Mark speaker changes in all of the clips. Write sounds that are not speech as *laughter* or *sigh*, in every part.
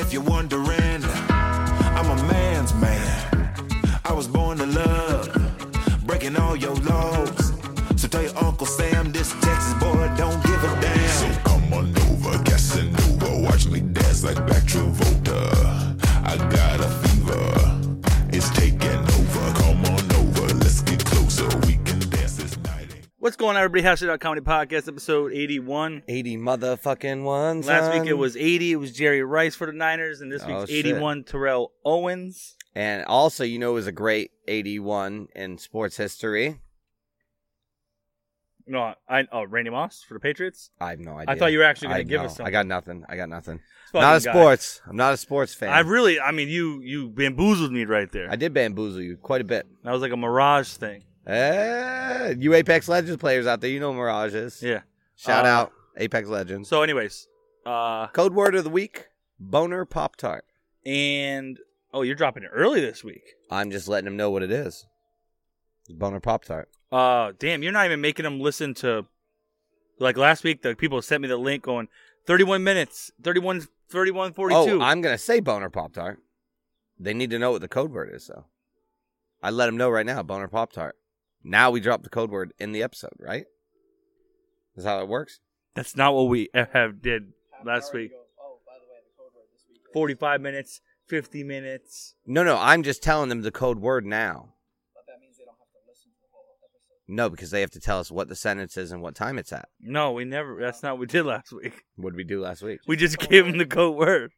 Speaker 1: If you're wondering, I'm a man's man. I was born to love, breaking all your laws. So tell your Uncle Sam this Texas boy don't give a damn.
Speaker 2: So come on over, Casanova. Watch me dance like Black Travolta. I got a fever. It's taking over. Come on over. Let's get closer. We can dance this night.
Speaker 3: What's going on, everybody? Hash It Out Comedy Podcast, episode 81.
Speaker 4: 80 motherfucking ones.
Speaker 3: Last week
Speaker 4: son.
Speaker 3: it was 80. It was Jerry Rice for the Niners, and this
Speaker 4: Oh,
Speaker 3: week's
Speaker 4: shit.
Speaker 3: 81 Terrell Owens.
Speaker 4: And also, you know, it was a great 81 in sports history.
Speaker 3: No, I oh Randy Moss for the Patriots.
Speaker 4: I have no idea.
Speaker 3: thought you were actually gonna
Speaker 4: I-
Speaker 3: give
Speaker 4: no,
Speaker 3: us something.
Speaker 4: I got nothing. I got nothing.
Speaker 3: This
Speaker 4: not a
Speaker 3: fucking guy.
Speaker 4: sports. I'm not a sports fan.
Speaker 3: I really, I mean, you you bamboozled me right there.
Speaker 4: I did bamboozle you quite a bit.
Speaker 3: that was like a mirage thing.
Speaker 4: Eh, you Apex Legends players out there, you know Mirages.
Speaker 3: Yeah.
Speaker 4: Shout
Speaker 3: Uh,
Speaker 4: out Apex Legends.
Speaker 3: So, anyways, uh,
Speaker 4: Code word of the week: boner pop tart.
Speaker 3: and oh, you're dropping it early this week.
Speaker 4: I'm just letting them know what it is. It's boner pop tart.
Speaker 3: Uh, damn, you're not even making them listen to. Like last week, the people sent me the link going 31 minutes, 31, 31, 42.
Speaker 4: Oh, I'm gonna say boner pop tart. They need to know what the code word is, though. I let them know right now, boner pop tart. Now we drop the code word in the episode, right? Is how it works.
Speaker 3: That's not what we have did last week. Forty-five minutes, fifty minutes.
Speaker 4: No, no, I'm just telling them the code word now. No, because they have to tell us what the sentence is and what time it's at.
Speaker 3: No, we never. That's not what we did last week.
Speaker 4: What did we do last week?
Speaker 3: We just gave them the code word.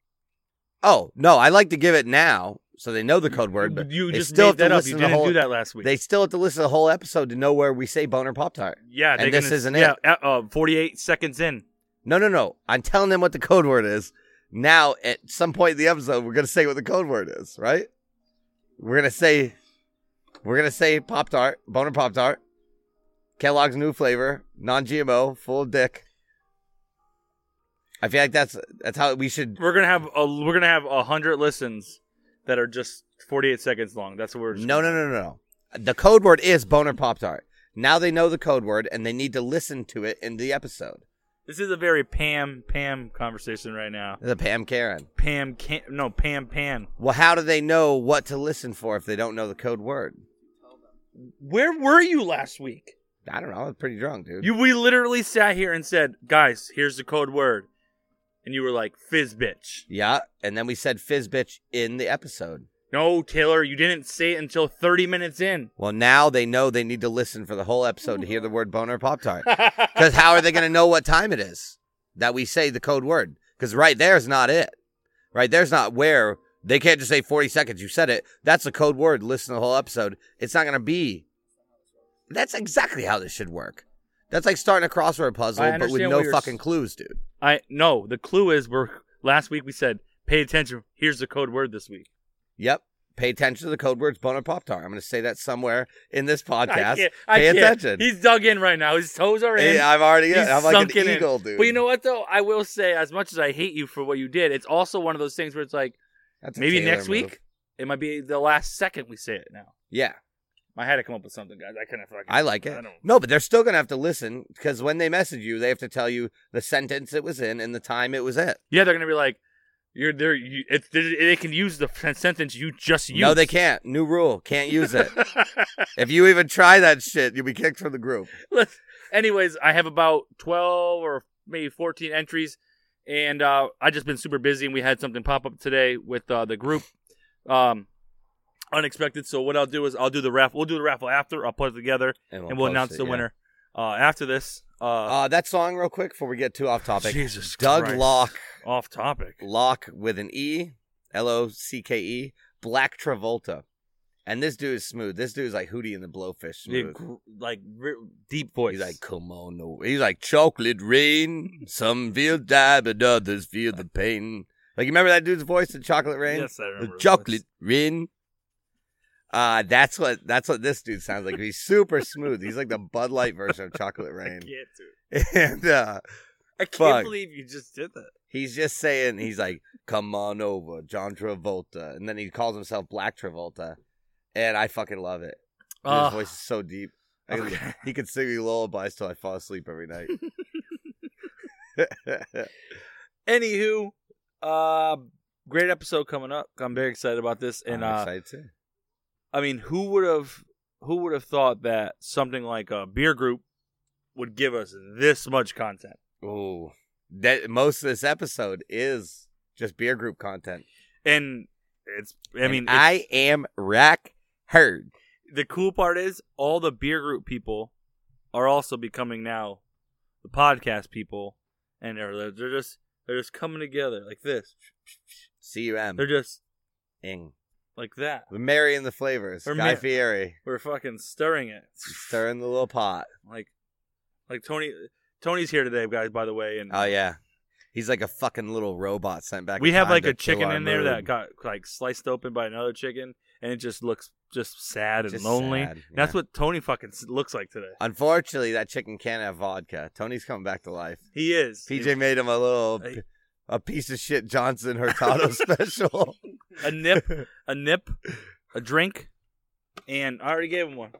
Speaker 4: Oh no, I like to give it now so they know the code
Speaker 3: *laughs*
Speaker 4: word. But
Speaker 3: you
Speaker 4: they
Speaker 3: just
Speaker 4: still
Speaker 3: made
Speaker 4: have
Speaker 3: that
Speaker 4: to
Speaker 3: up.
Speaker 4: listen
Speaker 3: You
Speaker 4: to the
Speaker 3: didn't
Speaker 4: whole,
Speaker 3: do that last week.
Speaker 4: They still have to listen to the whole episode to know where we say boner pop tart.
Speaker 3: yeah,
Speaker 4: and
Speaker 3: they're
Speaker 4: this
Speaker 3: gonna-
Speaker 4: isn't
Speaker 3: yeah,
Speaker 4: it.
Speaker 3: uh, uh, forty-eight seconds in.
Speaker 4: No, no, no. I'm telling them what the code word is. Now, at some point in the episode, we're gonna say what the code word is, right? We're gonna say, we're gonna say pop tart, boner pop tart, Kellogg's new flavor, non-GMO, full of dick. I feel like that's that's how we should.
Speaker 3: We're gonna have a, we're gonna have a hundred listens that are just forty-eight seconds long. That's what we're. just-
Speaker 4: No, no, no, no, no. The code word is boner pop tart. Now they know the code word and they need to listen to it in the episode.
Speaker 3: This is a very Pam Pam conversation right now.
Speaker 4: The Pam Karen.
Speaker 3: Pam can no Pam Pan.
Speaker 4: Well, how do they know what to listen for if they don't know the code word?
Speaker 3: Where were you last week?
Speaker 4: I don't know. I was pretty drunk, dude.
Speaker 3: You we literally sat here and said, "Guys, here's the code word," and you were like, "Fizz bitch."
Speaker 4: yeah, and then we said fizz bitch in the episode.
Speaker 3: No, Taylor, you didn't say it until thirty minutes
Speaker 4: *laughs*
Speaker 3: in.
Speaker 4: Well, now they know they need to listen for the whole episode to hear the word boner pop
Speaker 3: *laughs*
Speaker 4: tart. Because how are they going to know what time it is that we say the code word? Because right there's not it. Right there's not where they can't just say 40 seconds. You said it. That's a code word. Listen to the whole episode. It's not going to be. That's exactly how this should work. That's like starting a crossword puzzle,
Speaker 3: I
Speaker 4: but with
Speaker 3: understand
Speaker 4: no
Speaker 3: what you're
Speaker 4: fucking
Speaker 3: s-
Speaker 4: clues, dude.
Speaker 3: I no. The clue is we're last week we said, "Pay attention." Here's the code word this week.
Speaker 4: Yep. Pay attention to the code words boner pop tart. I'm going to say that somewhere in this
Speaker 3: *laughs*
Speaker 4: podcast.
Speaker 3: I can't. I
Speaker 4: Pay
Speaker 3: can't.
Speaker 4: attention.
Speaker 3: He's dug in right now. His toes are in.
Speaker 4: Hey, I've already.
Speaker 3: He's
Speaker 4: I'm like
Speaker 3: sunken
Speaker 4: an
Speaker 3: in.
Speaker 4: eagle, dude.
Speaker 3: But you know what though? I will say, as much as I hate you for what you did, it's also one of those things where it's like
Speaker 4: That's a
Speaker 3: maybe
Speaker 4: Taylor
Speaker 3: next
Speaker 4: move.
Speaker 3: week it might be the last second we say it now.
Speaker 4: Yeah,
Speaker 3: I had to come up with something, guys. I couldn't fucking.
Speaker 4: I like it.
Speaker 3: I don't.
Speaker 4: no, but they're still gonna have to listen because when they message you, they have to tell you the sentence it was in and the time it was at.
Speaker 3: Yeah, they're gonna be like, you're there. You, it's they they can use the f- sentence you just used. *laughs*
Speaker 4: No, they can't. New rule: can't use it. if you even try that shit, you'll be kicked from the group.
Speaker 3: Let's- Anyways, I have about twelve or maybe fourteen entries, and uh, I just been super busy. And we had something pop up today with uh, the group, um, unexpected. So what I'll do is I'll do the raffle. We'll do the raffle after. I'll put it together, and we'll
Speaker 4: post
Speaker 3: announce
Speaker 4: it,
Speaker 3: the
Speaker 4: yeah.
Speaker 3: winner uh, after this. Uh,
Speaker 4: Uh, that song, real quick, before we get too off topic.
Speaker 3: Jesus
Speaker 4: Doug
Speaker 3: Christ.
Speaker 4: Locke,
Speaker 3: off topic.
Speaker 4: Locke with an E, L O C K E, Black Travolta, and this dude is smooth. This dude is like Hootie and the Blowfish.
Speaker 3: Yeah,
Speaker 4: Smooth.
Speaker 3: gr- like re- deep voice.
Speaker 4: He's like, come on over. He's like, chocolate rain. Some feel die, but others feel the pain. Like, you remember that dude's voice in Chocolate Rain?
Speaker 3: Yes, I
Speaker 4: The
Speaker 3: remember.
Speaker 4: chocolate rain. Uh, that's what that's what this dude sounds like. He's super smooth. He's like the Bud Light version of Chocolate
Speaker 3: *laughs* I
Speaker 4: Rain.
Speaker 3: can't do it.
Speaker 4: *laughs* And uh,
Speaker 3: I can't
Speaker 4: Fuck.
Speaker 3: believe you just did that.
Speaker 4: he's just saying, he's like, come on over, John Travolta. And then he calls himself Black Travolta. And I fucking love it. Dude, His voice is so deep. I could-
Speaker 3: Okay.
Speaker 4: He could sing me lullabies till I fall asleep every night. *laughs*
Speaker 3: Anywho, uh, great episode coming up. I'm very excited about this. *laughs* And
Speaker 4: I'm
Speaker 3: uh,
Speaker 4: excited too.
Speaker 3: I mean, who would have who would have thought that something like a beer group would give us this much content?
Speaker 4: Ooh, that most of this episode is just beer group content.
Speaker 3: And it's I
Speaker 4: And
Speaker 3: mean, it's-
Speaker 4: I am Rack Herd.
Speaker 3: the cool part is all the beer group people are also becoming now the podcast people, and they're they're- they're just they're just coming together like this.
Speaker 4: C U M.
Speaker 3: They're just
Speaker 4: Ing.
Speaker 3: like that.
Speaker 4: We're marrying the flavors.
Speaker 3: We're
Speaker 4: Guy
Speaker 3: mar-
Speaker 4: Fieri
Speaker 3: We're fucking stirring it.
Speaker 4: stirring the little pot.
Speaker 3: Like like Tony Tony's here today, guys. By the way, and
Speaker 4: Oh yeah, he's like a fucking little robot sent back.
Speaker 3: we
Speaker 4: in
Speaker 3: have
Speaker 4: time
Speaker 3: like
Speaker 4: to
Speaker 3: a
Speaker 4: kill
Speaker 3: chicken
Speaker 4: our
Speaker 3: in there that
Speaker 4: mood.
Speaker 3: got like sliced open by another chicken, and it just looks just sad and
Speaker 4: Just
Speaker 3: lonely.
Speaker 4: sad,
Speaker 3: That's
Speaker 4: yeah.
Speaker 3: what Tony fucking s- looks like today.
Speaker 4: Unfortunately, that chicken can't have vodka. Tony's coming back to life.
Speaker 3: He is
Speaker 4: PJ made him a little
Speaker 3: Hey.
Speaker 4: a piece of shit
Speaker 3: *laughs*
Speaker 4: Johnson Hurtado special. Oh,
Speaker 3: a
Speaker 4: *laughs*
Speaker 3: nip, a nip, a drink, and I already gave him one.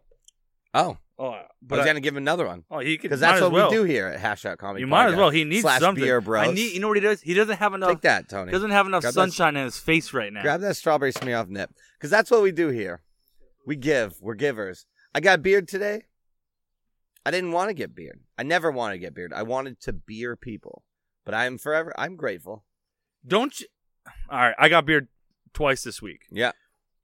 Speaker 4: Oh,
Speaker 3: Oh,
Speaker 4: I
Speaker 3: but
Speaker 4: was
Speaker 3: I-
Speaker 4: gonna give him another one
Speaker 3: oh, he could
Speaker 4: because
Speaker 3: might
Speaker 4: that's
Speaker 3: as
Speaker 4: what
Speaker 3: well.
Speaker 4: we do here at Hash Out Comedy.
Speaker 3: You might as
Speaker 4: Podcast.
Speaker 3: well. He needs
Speaker 4: slash
Speaker 3: something.
Speaker 4: beer, bros.
Speaker 3: I need. You know what he does? He doesn't have enough.
Speaker 4: Take that, Tony.
Speaker 3: Doesn't have enough
Speaker 4: Grab that-
Speaker 3: sunshine in his face right now.
Speaker 4: Grab that strawberry smear off nip because that's what we do here. We give. We're givers. I got beard today. I didn't want to get beard. I never wanted to get beard. I wanted to beer people, but I am forever. I'm grateful.
Speaker 3: Don't you? All right, I got beard twice this week.
Speaker 4: Yeah.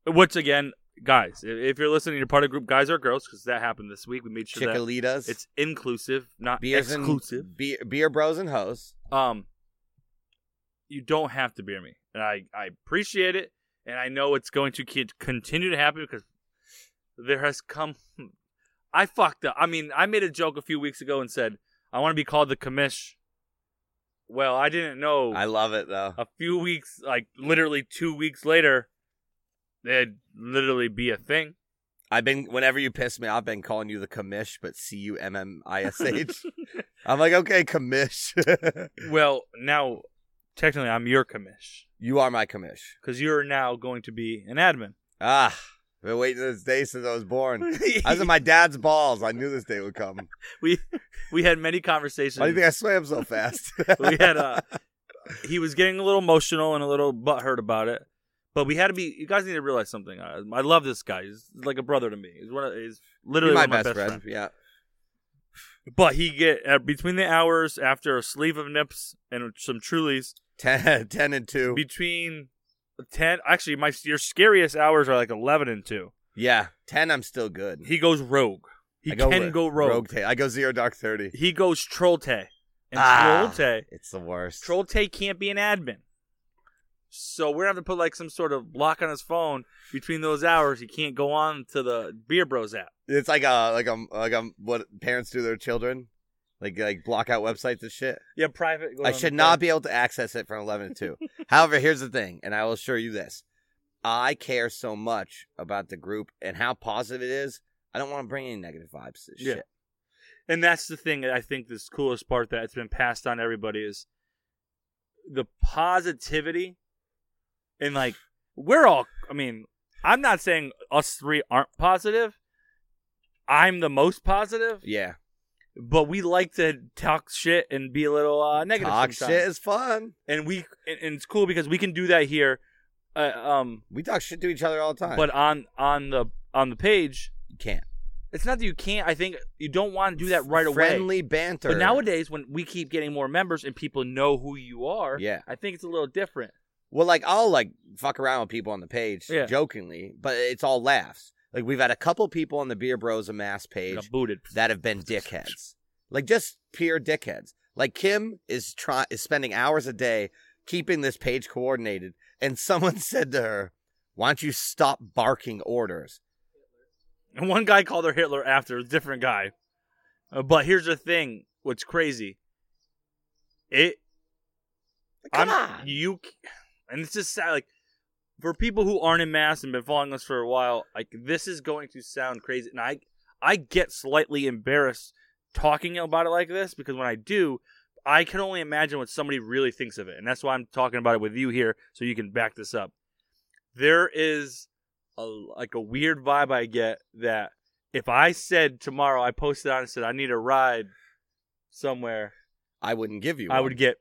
Speaker 3: Which again, guys, i- if you're listening, you're part of the group, guys or girls, because that happened this week. We made sure that
Speaker 4: Chicolitas.
Speaker 3: it's inclusive, not
Speaker 4: beers
Speaker 3: exclusive.
Speaker 4: and beer, beer bros and hosts.
Speaker 3: um, you don't have to beer me, and I I appreciate it, and I know it's going to ki- continue to happen because there has come. I fucked up. I mean, I made a joke a few weeks ago and said I want to be called the commish. Well, I didn't know
Speaker 4: I love it though.
Speaker 3: a few weeks, like literally two weeks later, they'd literally be a
Speaker 4: *clears throat*
Speaker 3: thing.
Speaker 4: I've been whenever you piss me, I've been calling you the commish, but C U M M I
Speaker 3: *laughs*
Speaker 4: S H. I'm like, okay, commish. *laughs*
Speaker 3: Well, now technically I'm your commish
Speaker 4: you are my commish.
Speaker 3: because you're now going to be an
Speaker 4: *laughs*
Speaker 3: admin.
Speaker 4: Ah, been waiting this day since I was born. I was in my dad's balls. I knew this day
Speaker 3: *laughs*
Speaker 4: would come.
Speaker 3: we had many conversations.
Speaker 4: Why do you think I swam so fast?
Speaker 3: *laughs* we had uh he was getting a little emotional and a little butthurt about it. But we had to be. You guys need to realize something. I, I love this guy. He's like a brother to me. He's one. Of, he's
Speaker 4: *laughs* You're
Speaker 3: literally
Speaker 4: my,
Speaker 3: one of
Speaker 4: best, friend. Yeah.
Speaker 3: But he get uh, between the hours after a sleeve of nips and some Trulies,
Speaker 4: Ten, *laughs* 10 and 2.
Speaker 3: between 10 actually my your scariest hours are like 11 and 2
Speaker 4: yeah. 10, I'm still good.
Speaker 3: he goes rogue he
Speaker 4: I
Speaker 3: can
Speaker 4: ro-
Speaker 3: go rogue,
Speaker 4: ta- I go zero dark 30.
Speaker 3: he goes troll tay and
Speaker 4: Ah.
Speaker 3: troll tay
Speaker 4: It's the worst.
Speaker 3: troll tay can't be an admin so we're gonna have to put like some sort of lock on his phone between those hours he can't go on to the beer bros app
Speaker 4: It's like a like a like a what parents do to their children, like like block out websites and shit.
Speaker 3: yeah private
Speaker 4: I should not be able to access it from eleven to two.
Speaker 3: *laughs*
Speaker 4: However, here's the thing, and I will assure you this: I care so much about the group and how positive it is. I don't want to bring any negative vibes to this
Speaker 3: Yeah.
Speaker 4: shit.
Speaker 3: and that's the thing that i think this coolest part that it's been passed on to everybody is the positivity and like we're all i mean i'm not saying us three aren't positive i'm the most positive
Speaker 4: Yeah,
Speaker 3: but we like to talk shit and be a little uh, negative
Speaker 4: talk
Speaker 3: sometimes.
Speaker 4: shit is fun.
Speaker 3: and we and, and it's cool because we can do that here uh, um
Speaker 4: We talk shit to each other all the time.
Speaker 3: but on on the on the page
Speaker 4: you can't
Speaker 3: it's not that you can't i think you don't want to do that right away
Speaker 4: Friendly banter.
Speaker 3: But nowadays, when we keep getting more members and people know who you are,
Speaker 4: Yeah.
Speaker 3: I think it's a little different.
Speaker 4: Well, like I'll like fuck around with people on the page
Speaker 3: Yeah.
Speaker 4: jokingly, but it's all laughs. Like we've had a couple people on the Beer Bros and Mass page
Speaker 3: Got booted.
Speaker 4: that have been dickheads, like just pure dickheads. Like Kim is try is spending hours a day keeping this page coordinated, and someone *laughs* said to her, "Why don't you stop barking orders?"
Speaker 3: And *laughs* one guy called her Hitler after a different guy. Uh, but here's the thing: what's crazy? It.
Speaker 4: Come
Speaker 3: I'm,
Speaker 4: on.
Speaker 3: You, c- and it's just sad. Like for people who aren't in mass and been following us for a while, like this is going to sound crazy, and I, I get slightly embarrassed talking about it like this because when I do. I can only imagine what somebody really thinks of it, and that's why I'm talking about it with you here, so you can back this up. There is a, like a weird vibe I get that if I said tomorrow I posted on and said I need a ride somewhere,
Speaker 4: I wouldn't give you.
Speaker 3: I
Speaker 4: one.
Speaker 3: would get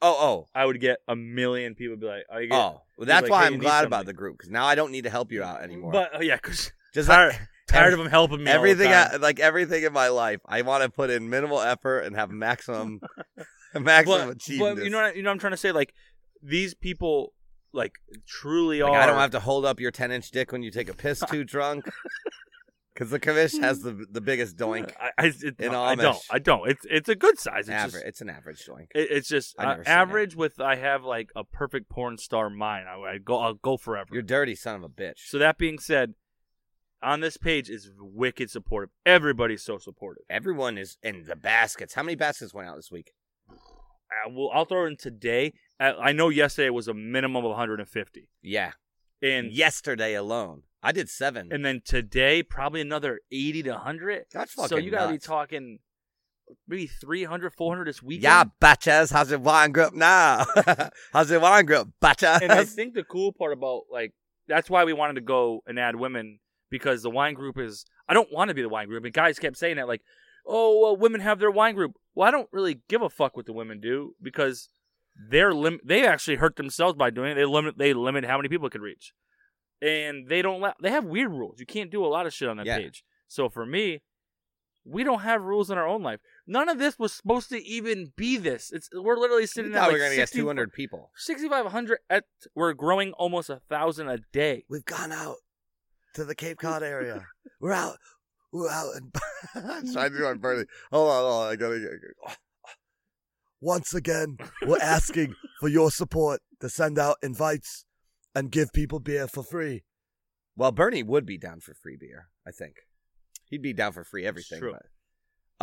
Speaker 4: Oh,
Speaker 3: I would get a million people be like, "Are you
Speaker 4: oh,
Speaker 3: getting-"
Speaker 4: oh. Well, that's
Speaker 3: like,
Speaker 4: why
Speaker 3: hey,
Speaker 4: I'm
Speaker 3: you need
Speaker 4: glad about
Speaker 3: something.
Speaker 4: the group because now I don't need to help you out anymore.
Speaker 3: But oh, yeah, because
Speaker 4: just
Speaker 3: tired,
Speaker 4: like,
Speaker 3: *laughs* tired of them helping me. all the
Speaker 4: everything,
Speaker 3: time.
Speaker 4: I, like everything in my life, I want to put in minimal effort and
Speaker 3: *laughs*
Speaker 4: have maximum, *laughs* maximum
Speaker 3: but,
Speaker 4: achievement.
Speaker 3: but you know, what, I- you know, what I'm trying to say like these people like truly
Speaker 4: Like,
Speaker 3: are.
Speaker 4: I don't have to hold up your 10 inch dick when you take a piss
Speaker 3: *laughs*
Speaker 4: too drunk. Because the commish has the the
Speaker 3: *laughs*
Speaker 4: biggest doink.
Speaker 3: I, I, it-
Speaker 4: in
Speaker 3: I don't.
Speaker 4: Amish.
Speaker 3: I don't. It's it's a good size. It's
Speaker 4: Average.
Speaker 3: just,
Speaker 4: it's an average doink.
Speaker 3: it, it's just
Speaker 4: I've
Speaker 3: uh,
Speaker 4: never seen that.
Speaker 3: average. With I have like a perfect porn star mind. I, I go. I'll go forever.
Speaker 4: You're dirty, son of a bitch.
Speaker 3: so that being said, on this page is wicked supportive. Everybody's so supportive.
Speaker 4: Everyone is in the baskets. How many baskets went out this week?
Speaker 3: I will, I'll throw in today. I, I know yesterday was a minimum of 150,
Speaker 4: Yeah.
Speaker 3: and
Speaker 4: Yesterday alone, I did seven.
Speaker 3: and then today probably another 80 to 100.
Speaker 4: That's
Speaker 3: so
Speaker 4: fucking
Speaker 3: you gotta be
Speaker 4: nuts.
Speaker 3: talking maybe 300, 400 this weekend.
Speaker 4: yeah, bitches. How's your wine group now? *laughs* How's your wine group, bitches?
Speaker 3: and I think the cool part about like that's why we wanted to go and add women because the wine group is I don't want to be the wine group and guys kept saying that like oh well women have their wine group well I don't really give a fuck what the women do because they're lim- they actually hurt themselves by doing it they limit they limit how many people it could reach and they don't la- they have weird rules you can't do a lot of shit on that
Speaker 4: Yeah.
Speaker 3: page so for me we don't have rules in our own life none of this was supposed to even be this it's we're literally
Speaker 4: we
Speaker 3: sitting at
Speaker 4: thought
Speaker 3: like
Speaker 4: we were going to get
Speaker 3: 60
Speaker 4: 200 people.
Speaker 3: 6,500 at we're growing almost a thousand a day.
Speaker 4: We've gone out to the Cape Cod *laughs* area. we're out. We're out. And *laughs* I'm trying to do my Bernie. Hold on, hold on. I gotta get.
Speaker 5: once again, we're asking for your support to send out invites and give people beer for free.
Speaker 4: Well, Bernie would be down for free beer. I think he'd be down for free everything.
Speaker 3: true.
Speaker 4: But,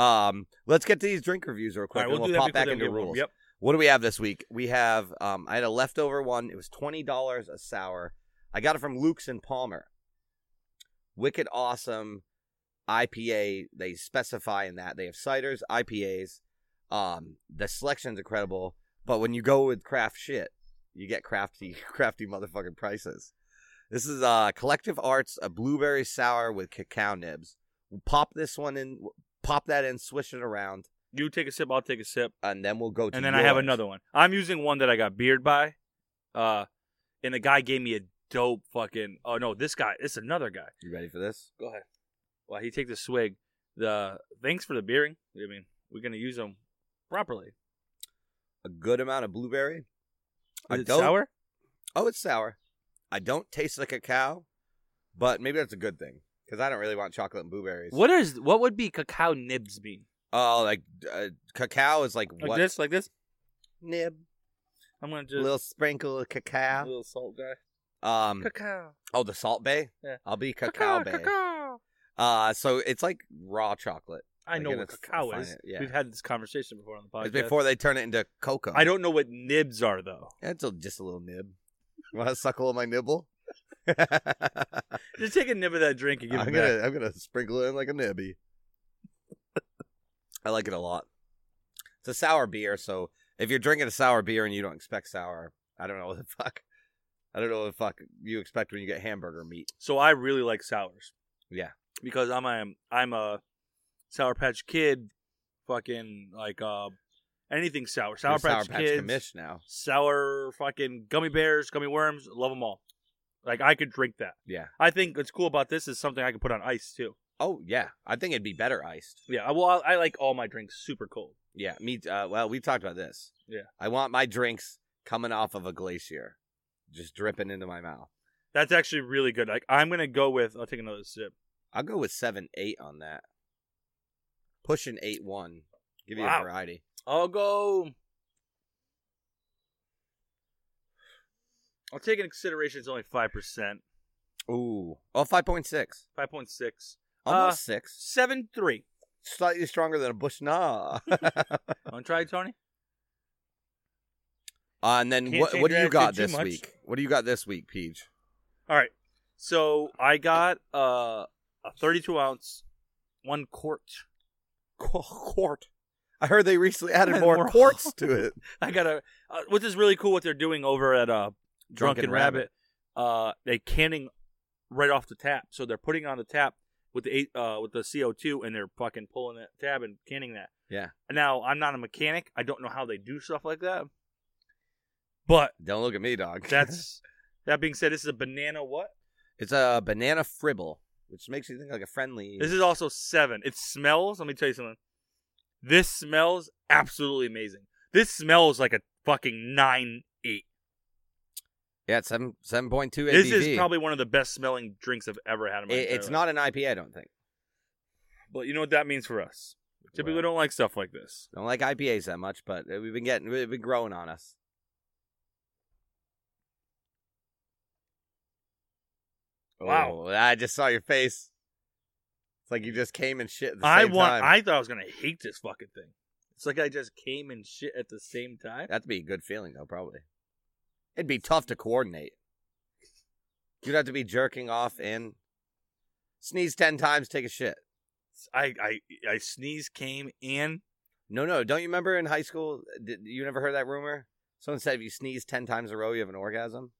Speaker 4: um, let's get to these drink reviews real quick, and we'll, pop back into rules.
Speaker 3: Yep.
Speaker 4: What do we have this week? We have um, I had a leftover one. It was twenty dollars a sour. I got it from Luke's and Palmer. Wicked awesome IPA. They specify in that they have ciders, IPAs. Um, the selection's incredible, but when you go with craft shit, you get crafty, *laughs* crafty motherfucking prices. This is uh, Collective Arts, a blueberry sour with cacao nibs. Pop this one in, pop that in, swish it around,
Speaker 3: You take a sip, I'll take a sip,
Speaker 4: and then we'll go to.
Speaker 3: and then I have
Speaker 4: yours.
Speaker 3: another one. I'm using one that I got beard by, uh, and the guy gave me a dope fucking. Oh no, this guy, it's another guy.
Speaker 4: You ready for this?
Speaker 3: Go ahead. While he takes a swig, the thanks for the beering. I mean, we're gonna use them properly.
Speaker 4: a good amount of blueberry.
Speaker 3: Is
Speaker 4: I
Speaker 3: it
Speaker 4: don't-
Speaker 3: sour?
Speaker 4: Oh, it's sour. I don't taste the cacao, but maybe that's a good thing because I don't really want chocolate and blueberries.
Speaker 3: What is what would be cacao nibs be?
Speaker 4: Oh, like uh, cacao is like
Speaker 3: Like
Speaker 4: what
Speaker 3: this, like this.
Speaker 4: nib,
Speaker 3: I'm gonna Oh, just
Speaker 4: little sprinkle of cacao.
Speaker 3: little salt guy.
Speaker 4: Um,
Speaker 3: Cacao.
Speaker 4: oh, the salt bay.
Speaker 3: Yeah.
Speaker 4: I'll be cacao, bay.
Speaker 3: cacao.
Speaker 4: Uh, so it's like raw chocolate.
Speaker 3: I
Speaker 4: Like,
Speaker 3: know
Speaker 4: and
Speaker 3: what
Speaker 4: it's
Speaker 3: cacao
Speaker 4: fine,
Speaker 3: is.
Speaker 4: yeah.
Speaker 3: We've had this conversation before on the podcast.
Speaker 4: It's before they turn it into cocoa.
Speaker 3: I don't know what nibs are though.
Speaker 4: It's a- just a little nib. *laughs* Want to suckle on my nibble? *laughs*
Speaker 3: Just take a nib of that drink and give
Speaker 4: I'm
Speaker 3: it
Speaker 4: gonna
Speaker 3: back.
Speaker 4: I'm gonna sprinkle it in like a nibby. I like it a lot. It's a sour beer, so if you're drinking a sour beer and you don't expect sour, I don't know what the *laughs* fuck. I don't know what the fuck you expect when you get hamburger meat.
Speaker 3: So I really like sours.
Speaker 4: Yeah.
Speaker 3: Because I'm a I'm a sour patch kid. Fucking like uh, anything sour. Sour
Speaker 4: You're a
Speaker 3: patch, kids.
Speaker 4: Commish now.
Speaker 3: Sour fucking gummy bears, gummy worms. Love them all. Like I could drink that.
Speaker 4: Yeah.
Speaker 3: I think what's cool about this is something I could put on ice too.
Speaker 4: Oh yeah, I think it'd be better iced.
Speaker 3: Yeah. I- Well, I, I like all my drinks super cold.
Speaker 4: Yeah, me. Uh, well, we talked about this.
Speaker 3: Yeah.
Speaker 4: I want my drinks coming off of a glacier, just dripping into my mouth.
Speaker 3: That's actually really good. Like I'm gonna go with. I'll take another sip.
Speaker 4: I'll go with seven eight on that. Pushing eight one. Give you
Speaker 3: Wow.
Speaker 4: a variety.
Speaker 3: I'll go. I'll take into consideration it's only five percent,
Speaker 4: Ooh. Oh, 5.6.
Speaker 3: five point six,
Speaker 4: Almost
Speaker 3: Uh,
Speaker 4: 6.
Speaker 3: seven three.
Speaker 4: Slightly stronger than a Bush
Speaker 3: *laughs*
Speaker 4: Nah. Uh,
Speaker 3: Want to try, it, Tony?
Speaker 4: and then
Speaker 3: Can't
Speaker 4: what,
Speaker 3: change
Speaker 4: what do
Speaker 3: your
Speaker 4: you got
Speaker 3: attitude too
Speaker 4: this
Speaker 3: much.
Speaker 4: week? What do you got this week, Peach?
Speaker 3: All right. So I got uh, a thirty-two ounce, one quart. *laughs*
Speaker 4: Quart. I heard they recently added
Speaker 3: Added
Speaker 4: more,
Speaker 3: more. *laughs*
Speaker 4: quarts to it.
Speaker 3: I got a. Uh, what is really cool? What they're doing over at uh, Drunken, Rabbit. Uh, they canning right off the tap, so they're putting it on the tap with the eight, uh with the CO two, and they're fucking pulling that tab and canning that.
Speaker 4: Yeah.
Speaker 3: Now I'm not a mechanic. I don't know how they do stuff like that. But
Speaker 4: Don't look at me, dog.
Speaker 3: that's that being said, this is a banana what?
Speaker 4: *laughs* it's a banana fribble, which makes you think like a friendly.
Speaker 3: This is also seven. It smells. Let me tell you something. This smells absolutely amazing. This smells like a fucking nine eight.
Speaker 4: yeah, it's seven seven point two ABV.
Speaker 3: This is probably one of the best smelling drinks I've ever had in my
Speaker 4: It-
Speaker 3: entire
Speaker 4: it's
Speaker 3: life.
Speaker 4: not an IPA, I don't think.
Speaker 3: But you know what that means for us. Typically,
Speaker 4: Well.
Speaker 3: don't like stuff like this.
Speaker 4: Don't like IPAs that much, but uh, we've been getting we've been growing on us.
Speaker 3: Wow.
Speaker 4: Oh, I just saw your face. It's like you just came and shit. At the
Speaker 3: I
Speaker 4: same
Speaker 3: want.
Speaker 4: Time.
Speaker 3: I thought I was gonna hate this fucking thing. It's like I just came and shit at the same time.
Speaker 4: That'd be a good feeling though, probably. It'd be tough to coordinate. You'd have to be jerking off and sneeze ten times, take a shit.
Speaker 3: I I I sneeze came in.
Speaker 4: No, no, don't you remember in high school? Did, you never heard that rumor? Someone said if you sneeze ten times in a row, you have an orgasm.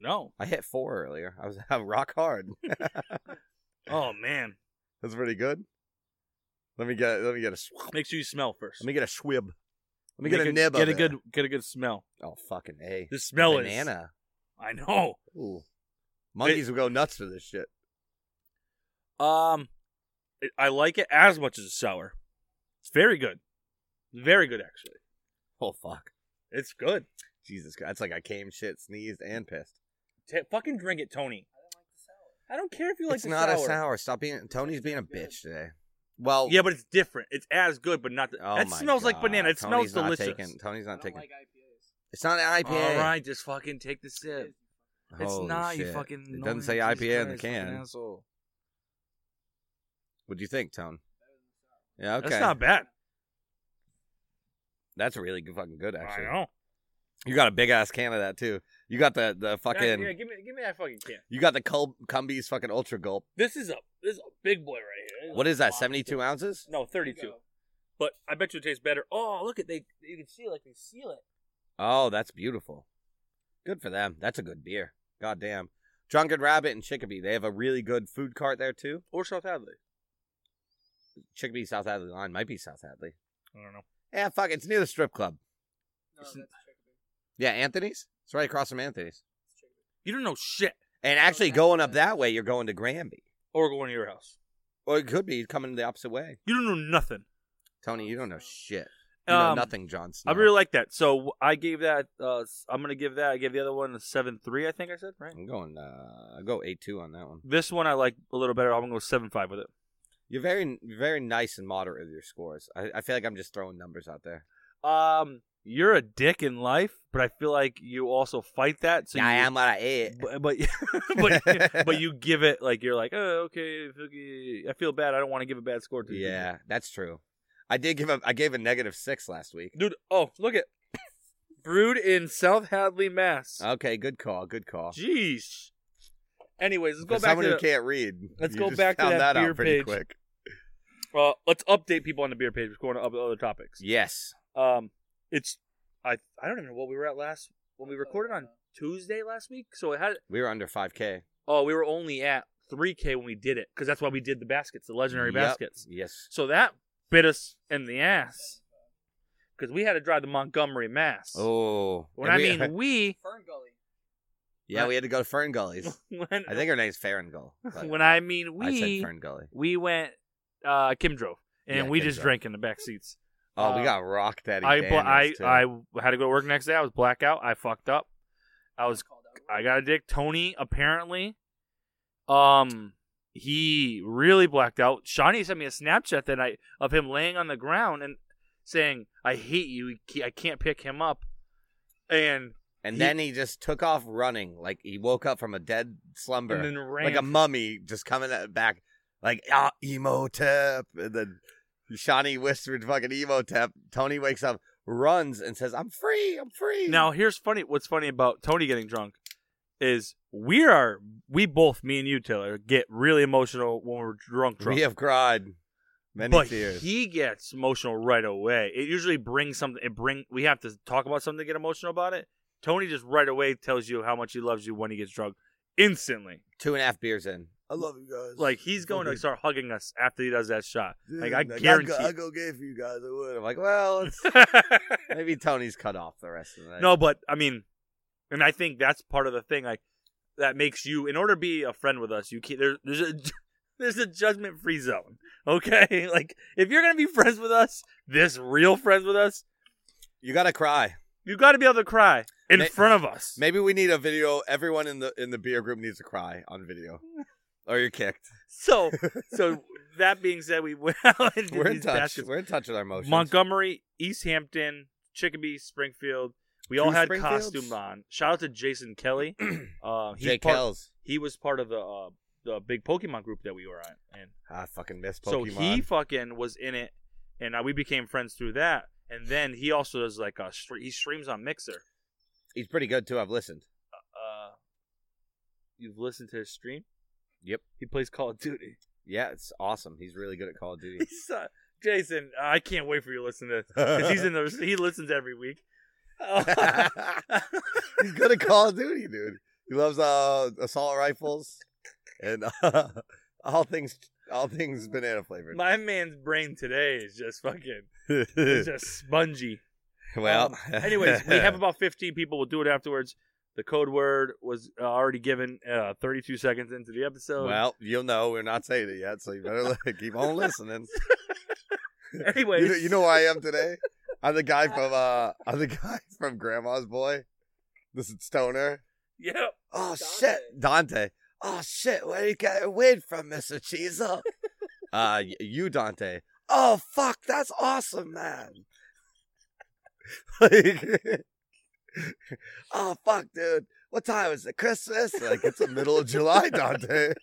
Speaker 3: No.
Speaker 4: I hit four earlier. I was *laughs* I rock hard.
Speaker 3: Oh man.
Speaker 4: That's pretty good. Let me get let me get a sw-
Speaker 3: Make sure you smell first.
Speaker 4: let me get a swib. Let me
Speaker 3: Make
Speaker 4: get a, nib.
Speaker 3: Get
Speaker 4: of
Speaker 3: a
Speaker 4: it.
Speaker 3: good. Get a good smell.
Speaker 4: Oh fucking a.
Speaker 3: The smell is
Speaker 4: banana.
Speaker 3: I know.
Speaker 4: Ooh. Monkeys will go nuts for this shit.
Speaker 3: Um, it- I like it as much as it's sour. It's very good. Very good actually.
Speaker 4: Oh fuck.
Speaker 3: It's good.
Speaker 4: Jesus Christ. That's like I came, shit, sneezed, and pissed.
Speaker 3: Ta fucking drink it, Tony. I don't care if you like
Speaker 4: it's
Speaker 3: the
Speaker 4: not
Speaker 3: sour.
Speaker 4: a sour. Stop being Tony's being a bitch today. Well
Speaker 3: Yeah, but it's different. It's as good, but not. The,
Speaker 4: oh
Speaker 3: that
Speaker 4: my
Speaker 3: smells like
Speaker 4: God.
Speaker 3: banana. It
Speaker 4: Tony's
Speaker 3: smells
Speaker 4: not
Speaker 3: delicious.
Speaker 4: Taking, Tony's not taking It's not an IPA.
Speaker 3: All right, just fucking take the sip. It's
Speaker 4: Holy
Speaker 3: not you
Speaker 4: shit.
Speaker 3: fucking.
Speaker 4: It doesn't
Speaker 3: annoying
Speaker 4: say
Speaker 3: Jesus
Speaker 4: IPA in the
Speaker 3: Christ, fucking
Speaker 4: can.
Speaker 3: asshole.
Speaker 4: What do you think, Tone? Yeah, okay.
Speaker 3: That's not bad.
Speaker 4: That's really good, fucking good, actually.
Speaker 3: I know.
Speaker 4: You got a big ass can of that too. You got the the fucking.
Speaker 3: Yeah, yeah, give me, give me that fucking can.
Speaker 4: You got the Col- Cumbies fucking ultra gulp.
Speaker 3: This is a this is a big boy right here. This
Speaker 4: What
Speaker 3: a
Speaker 4: is that?
Speaker 3: monster.
Speaker 4: Seventy two ounces.
Speaker 3: No, 32. But I bet you it tastes better. Oh, look at they you can see like they seal it.
Speaker 4: Oh, that's beautiful. Good for them. That's a good beer. God damn. Drunken Rabbit and Chickabee. They have a really good food cart there too.
Speaker 3: Or South Hadley.
Speaker 4: Chickabee South Hadley line might be South Hadley.
Speaker 3: I don't know.
Speaker 4: Yeah, fuck. It's near the strip club.
Speaker 3: It's-
Speaker 4: Yeah, Anthony's. It's right across from Anthony's.
Speaker 3: you don't know shit.
Speaker 4: And actually, going up that way, you're going to Granby,
Speaker 3: Or going to your house.
Speaker 4: or it could be coming the opposite way.
Speaker 3: You don't know nothing.
Speaker 4: Tony, you don't know shit. You know
Speaker 3: Um,
Speaker 4: nothing, John Snow.
Speaker 3: I really like that. So I gave that. Uh, I'm gonna give that. I gave the other one a seven three. I think I said right.
Speaker 4: I'm going. Uh, I'll go eight two on that one.
Speaker 3: This one I like a little better. I'm gonna go seven five with it.
Speaker 4: You're very, you're very nice and moderate with your scores. I, I feel like I'm just throwing numbers out there.
Speaker 3: Um, you're a dick in life, but I feel like you also fight that. So
Speaker 4: yeah, I
Speaker 3: you,
Speaker 4: am what I ate.
Speaker 3: But but, but *laughs*
Speaker 4: *laughs*
Speaker 3: but you give it like you're like oh okay okay, I feel bad I don't want to give a bad score to you.
Speaker 4: Yeah, that's true. I did give a. I gave a negative six last week.
Speaker 3: dude. Oh, look at *laughs* brewed in South Hadley, Mass.
Speaker 4: Okay, good call. Good call.
Speaker 3: Jeez. Anyways, let's go
Speaker 4: For
Speaker 3: back
Speaker 4: someone
Speaker 3: to
Speaker 4: who
Speaker 3: the,
Speaker 4: can't read,
Speaker 3: Let's
Speaker 4: you
Speaker 3: go
Speaker 4: just
Speaker 3: back to
Speaker 4: found
Speaker 3: that
Speaker 4: out
Speaker 3: beer
Speaker 4: pretty
Speaker 3: page.
Speaker 4: quick.
Speaker 3: uh, let's update people on the beer page. We're going to up- other topics.
Speaker 4: Yes,
Speaker 3: Um, it's I I don't even know what we were at last when we recorded on Tuesday last week. So it had
Speaker 4: we were under five k.
Speaker 3: oh we were only at 3K when we did it because that's why we did the baskets, the legendary baskets.
Speaker 4: Yes.
Speaker 3: So that bit us in the ass because we had to drive to Montgomery, Mass.
Speaker 4: Oh,
Speaker 3: When
Speaker 4: And
Speaker 3: I
Speaker 4: *laughs* we-
Speaker 3: mean we,
Speaker 4: yeah, we had to go to
Speaker 3: *laughs*
Speaker 4: Fern Gullies.
Speaker 3: when,
Speaker 4: I think her name's Ferengul. but
Speaker 3: when I mean we,
Speaker 4: I said Fern Gully.
Speaker 3: we went uh Kim drove and
Speaker 4: Yeah,
Speaker 3: we
Speaker 4: Kim
Speaker 3: just
Speaker 4: drove.
Speaker 3: drank in the back seats.
Speaker 4: Oh, we
Speaker 3: Uh,
Speaker 4: got rocked at.
Speaker 3: I bla- I
Speaker 4: Daniels, too.
Speaker 3: I had to go to work next day. I was blackout. I fucked up. I was I got a dick Tony apparently. Um he really blacked out. Shawnee sent me a Snapchat that night of him laying on the ground and saying, "I hate you. He ca- I can't pick him up." And
Speaker 4: And
Speaker 3: He-
Speaker 4: then he just took off running, like he woke up from a dead slumber,
Speaker 3: and then ran.
Speaker 4: like a mummy, just coming at- back, like ah, emotep. And then Shawnee whispered, "Fucking emotep." Tony wakes up, runs, and says, "I'm free, I'm free."
Speaker 3: Now here's funny. What's funny about Tony getting drunk is we are we both, me and you, Taylor, get really emotional when we're drunk. Drunk,
Speaker 4: we have cried many
Speaker 3: but
Speaker 4: tears.
Speaker 3: he gets emotional right away. It usually brings something. It bring we have to talk about something to get emotional about it. Tony just right away tells you how much he loves you when he gets drunk instantly.
Speaker 4: Two and a half beers in,
Speaker 5: I love you guys.
Speaker 3: Like he's
Speaker 4: Oh,
Speaker 3: going to
Speaker 5: Fucking-
Speaker 3: start hugging us after he does that shot. *laughs*
Speaker 5: Dude,
Speaker 3: Like I
Speaker 5: I'd go-
Speaker 3: guarantee.
Speaker 5: I'd go gay for you guys. I would.
Speaker 4: I'm like, well,
Speaker 3: *laughs*
Speaker 4: it's, maybe Tony's cut off the rest of the night.
Speaker 3: no, but I mean, and I think that's part of the thing. Like that makes you, in order to be a friend with us, you can't. There, there's a *laughs* there's a judgment free zone. Okay, *laughs* like if you're gonna be friends with us, this real friends with us,
Speaker 4: you gotta cry.
Speaker 3: you got to be able to cry in
Speaker 4: May-
Speaker 3: front of us.
Speaker 4: Maybe we need a video. Everyone in the in the beer group needs to cry
Speaker 3: *laughs*
Speaker 4: on video, or you're kicked.
Speaker 3: So, so that being said, we went *laughs* out and did
Speaker 4: We're in
Speaker 3: these
Speaker 4: touch.
Speaker 3: baskets.
Speaker 4: We're in touch with our emotions.
Speaker 3: Montgomery, East Hampton, Chicopee, Springfield. We all
Speaker 4: Two
Speaker 3: had
Speaker 4: Springfields?
Speaker 3: costume on. Shout out to Jason Kelly.
Speaker 4: *clears throat*
Speaker 3: Uh, he's
Speaker 4: Jake
Speaker 3: part-
Speaker 4: Hells.
Speaker 3: He was part of the uh, the big Pokemon group that we were on, and
Speaker 4: I fucking miss Pokemon.
Speaker 3: so he fucking was in it, and uh, we became friends through that. And then he also does like a stre- he streams on Mixer.
Speaker 4: He's pretty good too. I've listened.
Speaker 3: Uh, you've listened to his stream.
Speaker 4: Yep.
Speaker 3: He plays Call of Duty. *laughs*
Speaker 4: Yeah, it's awesome. He's really good at Call of Duty.
Speaker 3: He's so- Jason, I can't wait for you to listen to because *laughs* he's in the he listens every week. Uh,
Speaker 4: *laughs* He's good at Call of Duty, dude. He loves uh, assault rifles and *laughs* uh, all things all things banana *laughs* flavored.
Speaker 3: my man's brain today is just fucking it's just spongy.
Speaker 4: well,
Speaker 3: Um, anyways, we
Speaker 4: *laughs*
Speaker 3: have about 15 people. We'll do it afterwards. The code word was uh, already given uh, 32 seconds into the episode.
Speaker 4: Well, you'll know we're not saying it yet, so you better li- keep on listening.
Speaker 3: *laughs* anyways,
Speaker 4: You know, you know who I am today? I'm
Speaker 3: *laughs*
Speaker 4: the guy from uh, I'm the guy from Grandma's Boy. This is Stoner.
Speaker 3: yeah,
Speaker 4: Oh shit, Dante. Oh shit, where you got your wig from,
Speaker 3: *laughs*
Speaker 4: Mister Cheezo? uh, y- you, Dante. Oh fuck, that's awesome, man. like, *laughs* oh fuck, dude. What time is it? Christmas? Like it's the middle
Speaker 3: *laughs*
Speaker 4: of July, Dante.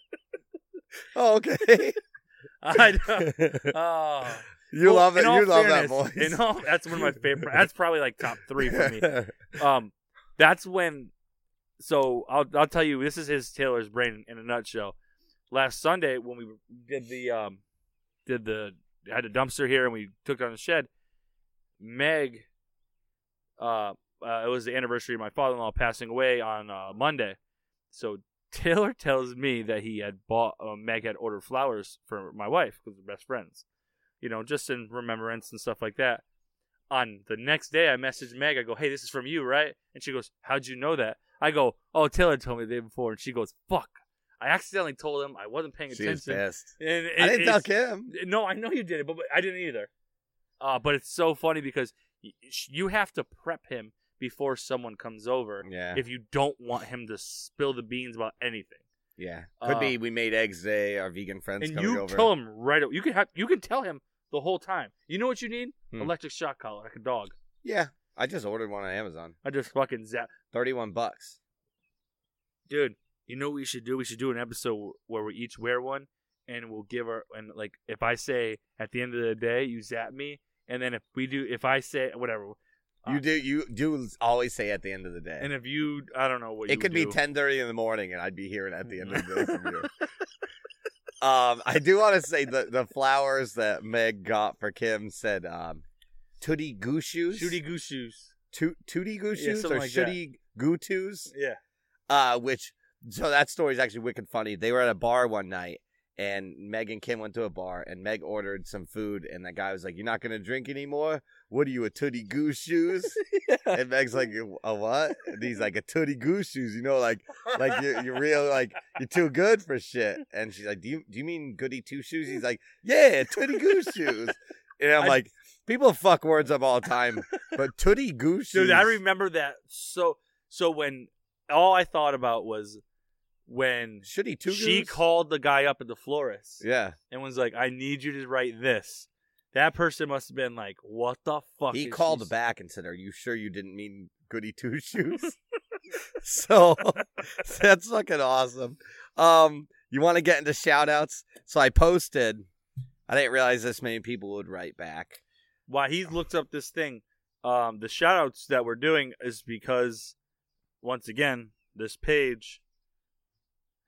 Speaker 4: *laughs* oh, okay.
Speaker 3: *laughs* I
Speaker 4: *laughs*
Speaker 3: know. Oh.
Speaker 4: You
Speaker 3: Well,
Speaker 4: love it.
Speaker 3: in all
Speaker 4: You love that
Speaker 3: fairness-
Speaker 4: voice.
Speaker 3: In all, that's one of my
Speaker 4: *laughs*
Speaker 3: favorite. That's probably like top three for me. um, that's when. So I'll I'll tell you this is his Taylor's brain in a nutshell. Last Sunday when we did the um, did the had a dumpster here and we took down the shed. Meg, uh, uh it was the anniversary of my father-in-law passing away on uh, Monday, so Taylor *laughs* tells me that he had bought uh, Meg had ordered flowers for my wife because we're best friends, you know, just in remembrance and stuff like that on the next day I messaged Meg, I go, Hey, this is from you, right? And she goes, How'd you know that? I go, Oh, Taylor told me the day before and she goes, Fuck. I accidentally told him I wasn't paying
Speaker 4: She is
Speaker 3: attention.
Speaker 4: pissed.
Speaker 3: And it-
Speaker 4: I didn't
Speaker 3: it's-
Speaker 4: duck him.
Speaker 3: No, I know you did it, but, but I didn't either. Uh, but it's so funny because y- you have to prep him before someone comes over
Speaker 4: Yeah.
Speaker 3: if you don't want him to spill the beans about anything.
Speaker 4: Yeah, could
Speaker 3: Uh,
Speaker 4: be we made eggs day. Our vegan friends
Speaker 3: and
Speaker 4: coming
Speaker 3: you
Speaker 4: over.
Speaker 3: tell him right away. You can have, you can tell him the whole time. You know what you need?
Speaker 4: Hmm.
Speaker 3: Electric shock collar, like a dog.
Speaker 4: yeah, I just ordered one on Amazon.
Speaker 3: I just fucking zap.
Speaker 4: Thirty-one bucks.
Speaker 3: dude you know what we should do we should do an episode where we each wear one and we'll give our and like if i say at the end of the day you zap me and then if we do if i say whatever Uh,
Speaker 4: you do. You do always say at the end of the day.
Speaker 3: and if you i don't know what you
Speaker 4: it could be
Speaker 3: do.
Speaker 4: ten thirty in the morning, and I'd be hearing at the end of the day from you.
Speaker 3: *laughs*
Speaker 4: um, I do want to say the the flowers that Meg got for Kim said um, tootie goo shoes,
Speaker 3: shooty goose shoes
Speaker 4: Toot- tootie goo
Speaker 3: Yeah,
Speaker 4: shoes,
Speaker 3: something
Speaker 4: or
Speaker 3: like that.
Speaker 4: shooty goo twos. *laughs*
Speaker 3: yeah
Speaker 4: uh, which so that story's actually wicked funny. They were at a bar one night, and Meg and Kim went to a bar, and Meg ordered some food, and that guy was like, "You're not gonna drink anymore? What are you a tootie goose
Speaker 3: *laughs*
Speaker 4: shoes?" and Meg's like, "A what?" And he's like, "A tootie goose shoes." You know, like like you're, you're real like you're too good for shit. And she's like, "Do you do you mean goody two shoes?" He's like, "Yeah, tootie goose shoes." And I'm
Speaker 3: I-
Speaker 4: like, people fuck words up all the time, but tootie goose
Speaker 3: *laughs*
Speaker 4: shoes.
Speaker 3: dude i remember that so so when all i thought about was when
Speaker 4: Shitty two
Speaker 3: she
Speaker 4: goose?
Speaker 3: called the guy up at the florist
Speaker 4: Yeah,
Speaker 3: and was like i need you to write this that person must have been like what the fuck
Speaker 4: he
Speaker 3: is
Speaker 4: called
Speaker 3: she
Speaker 4: back and said, "Are you sure you didn't mean goody two shoes?" so *laughs* that's fucking awesome. Um, you want to get into shout outs? So I posted. I didn't realize this many people would write back.
Speaker 3: why he's looked up this thing. Um, the shout outs that we're doing is because once again, this page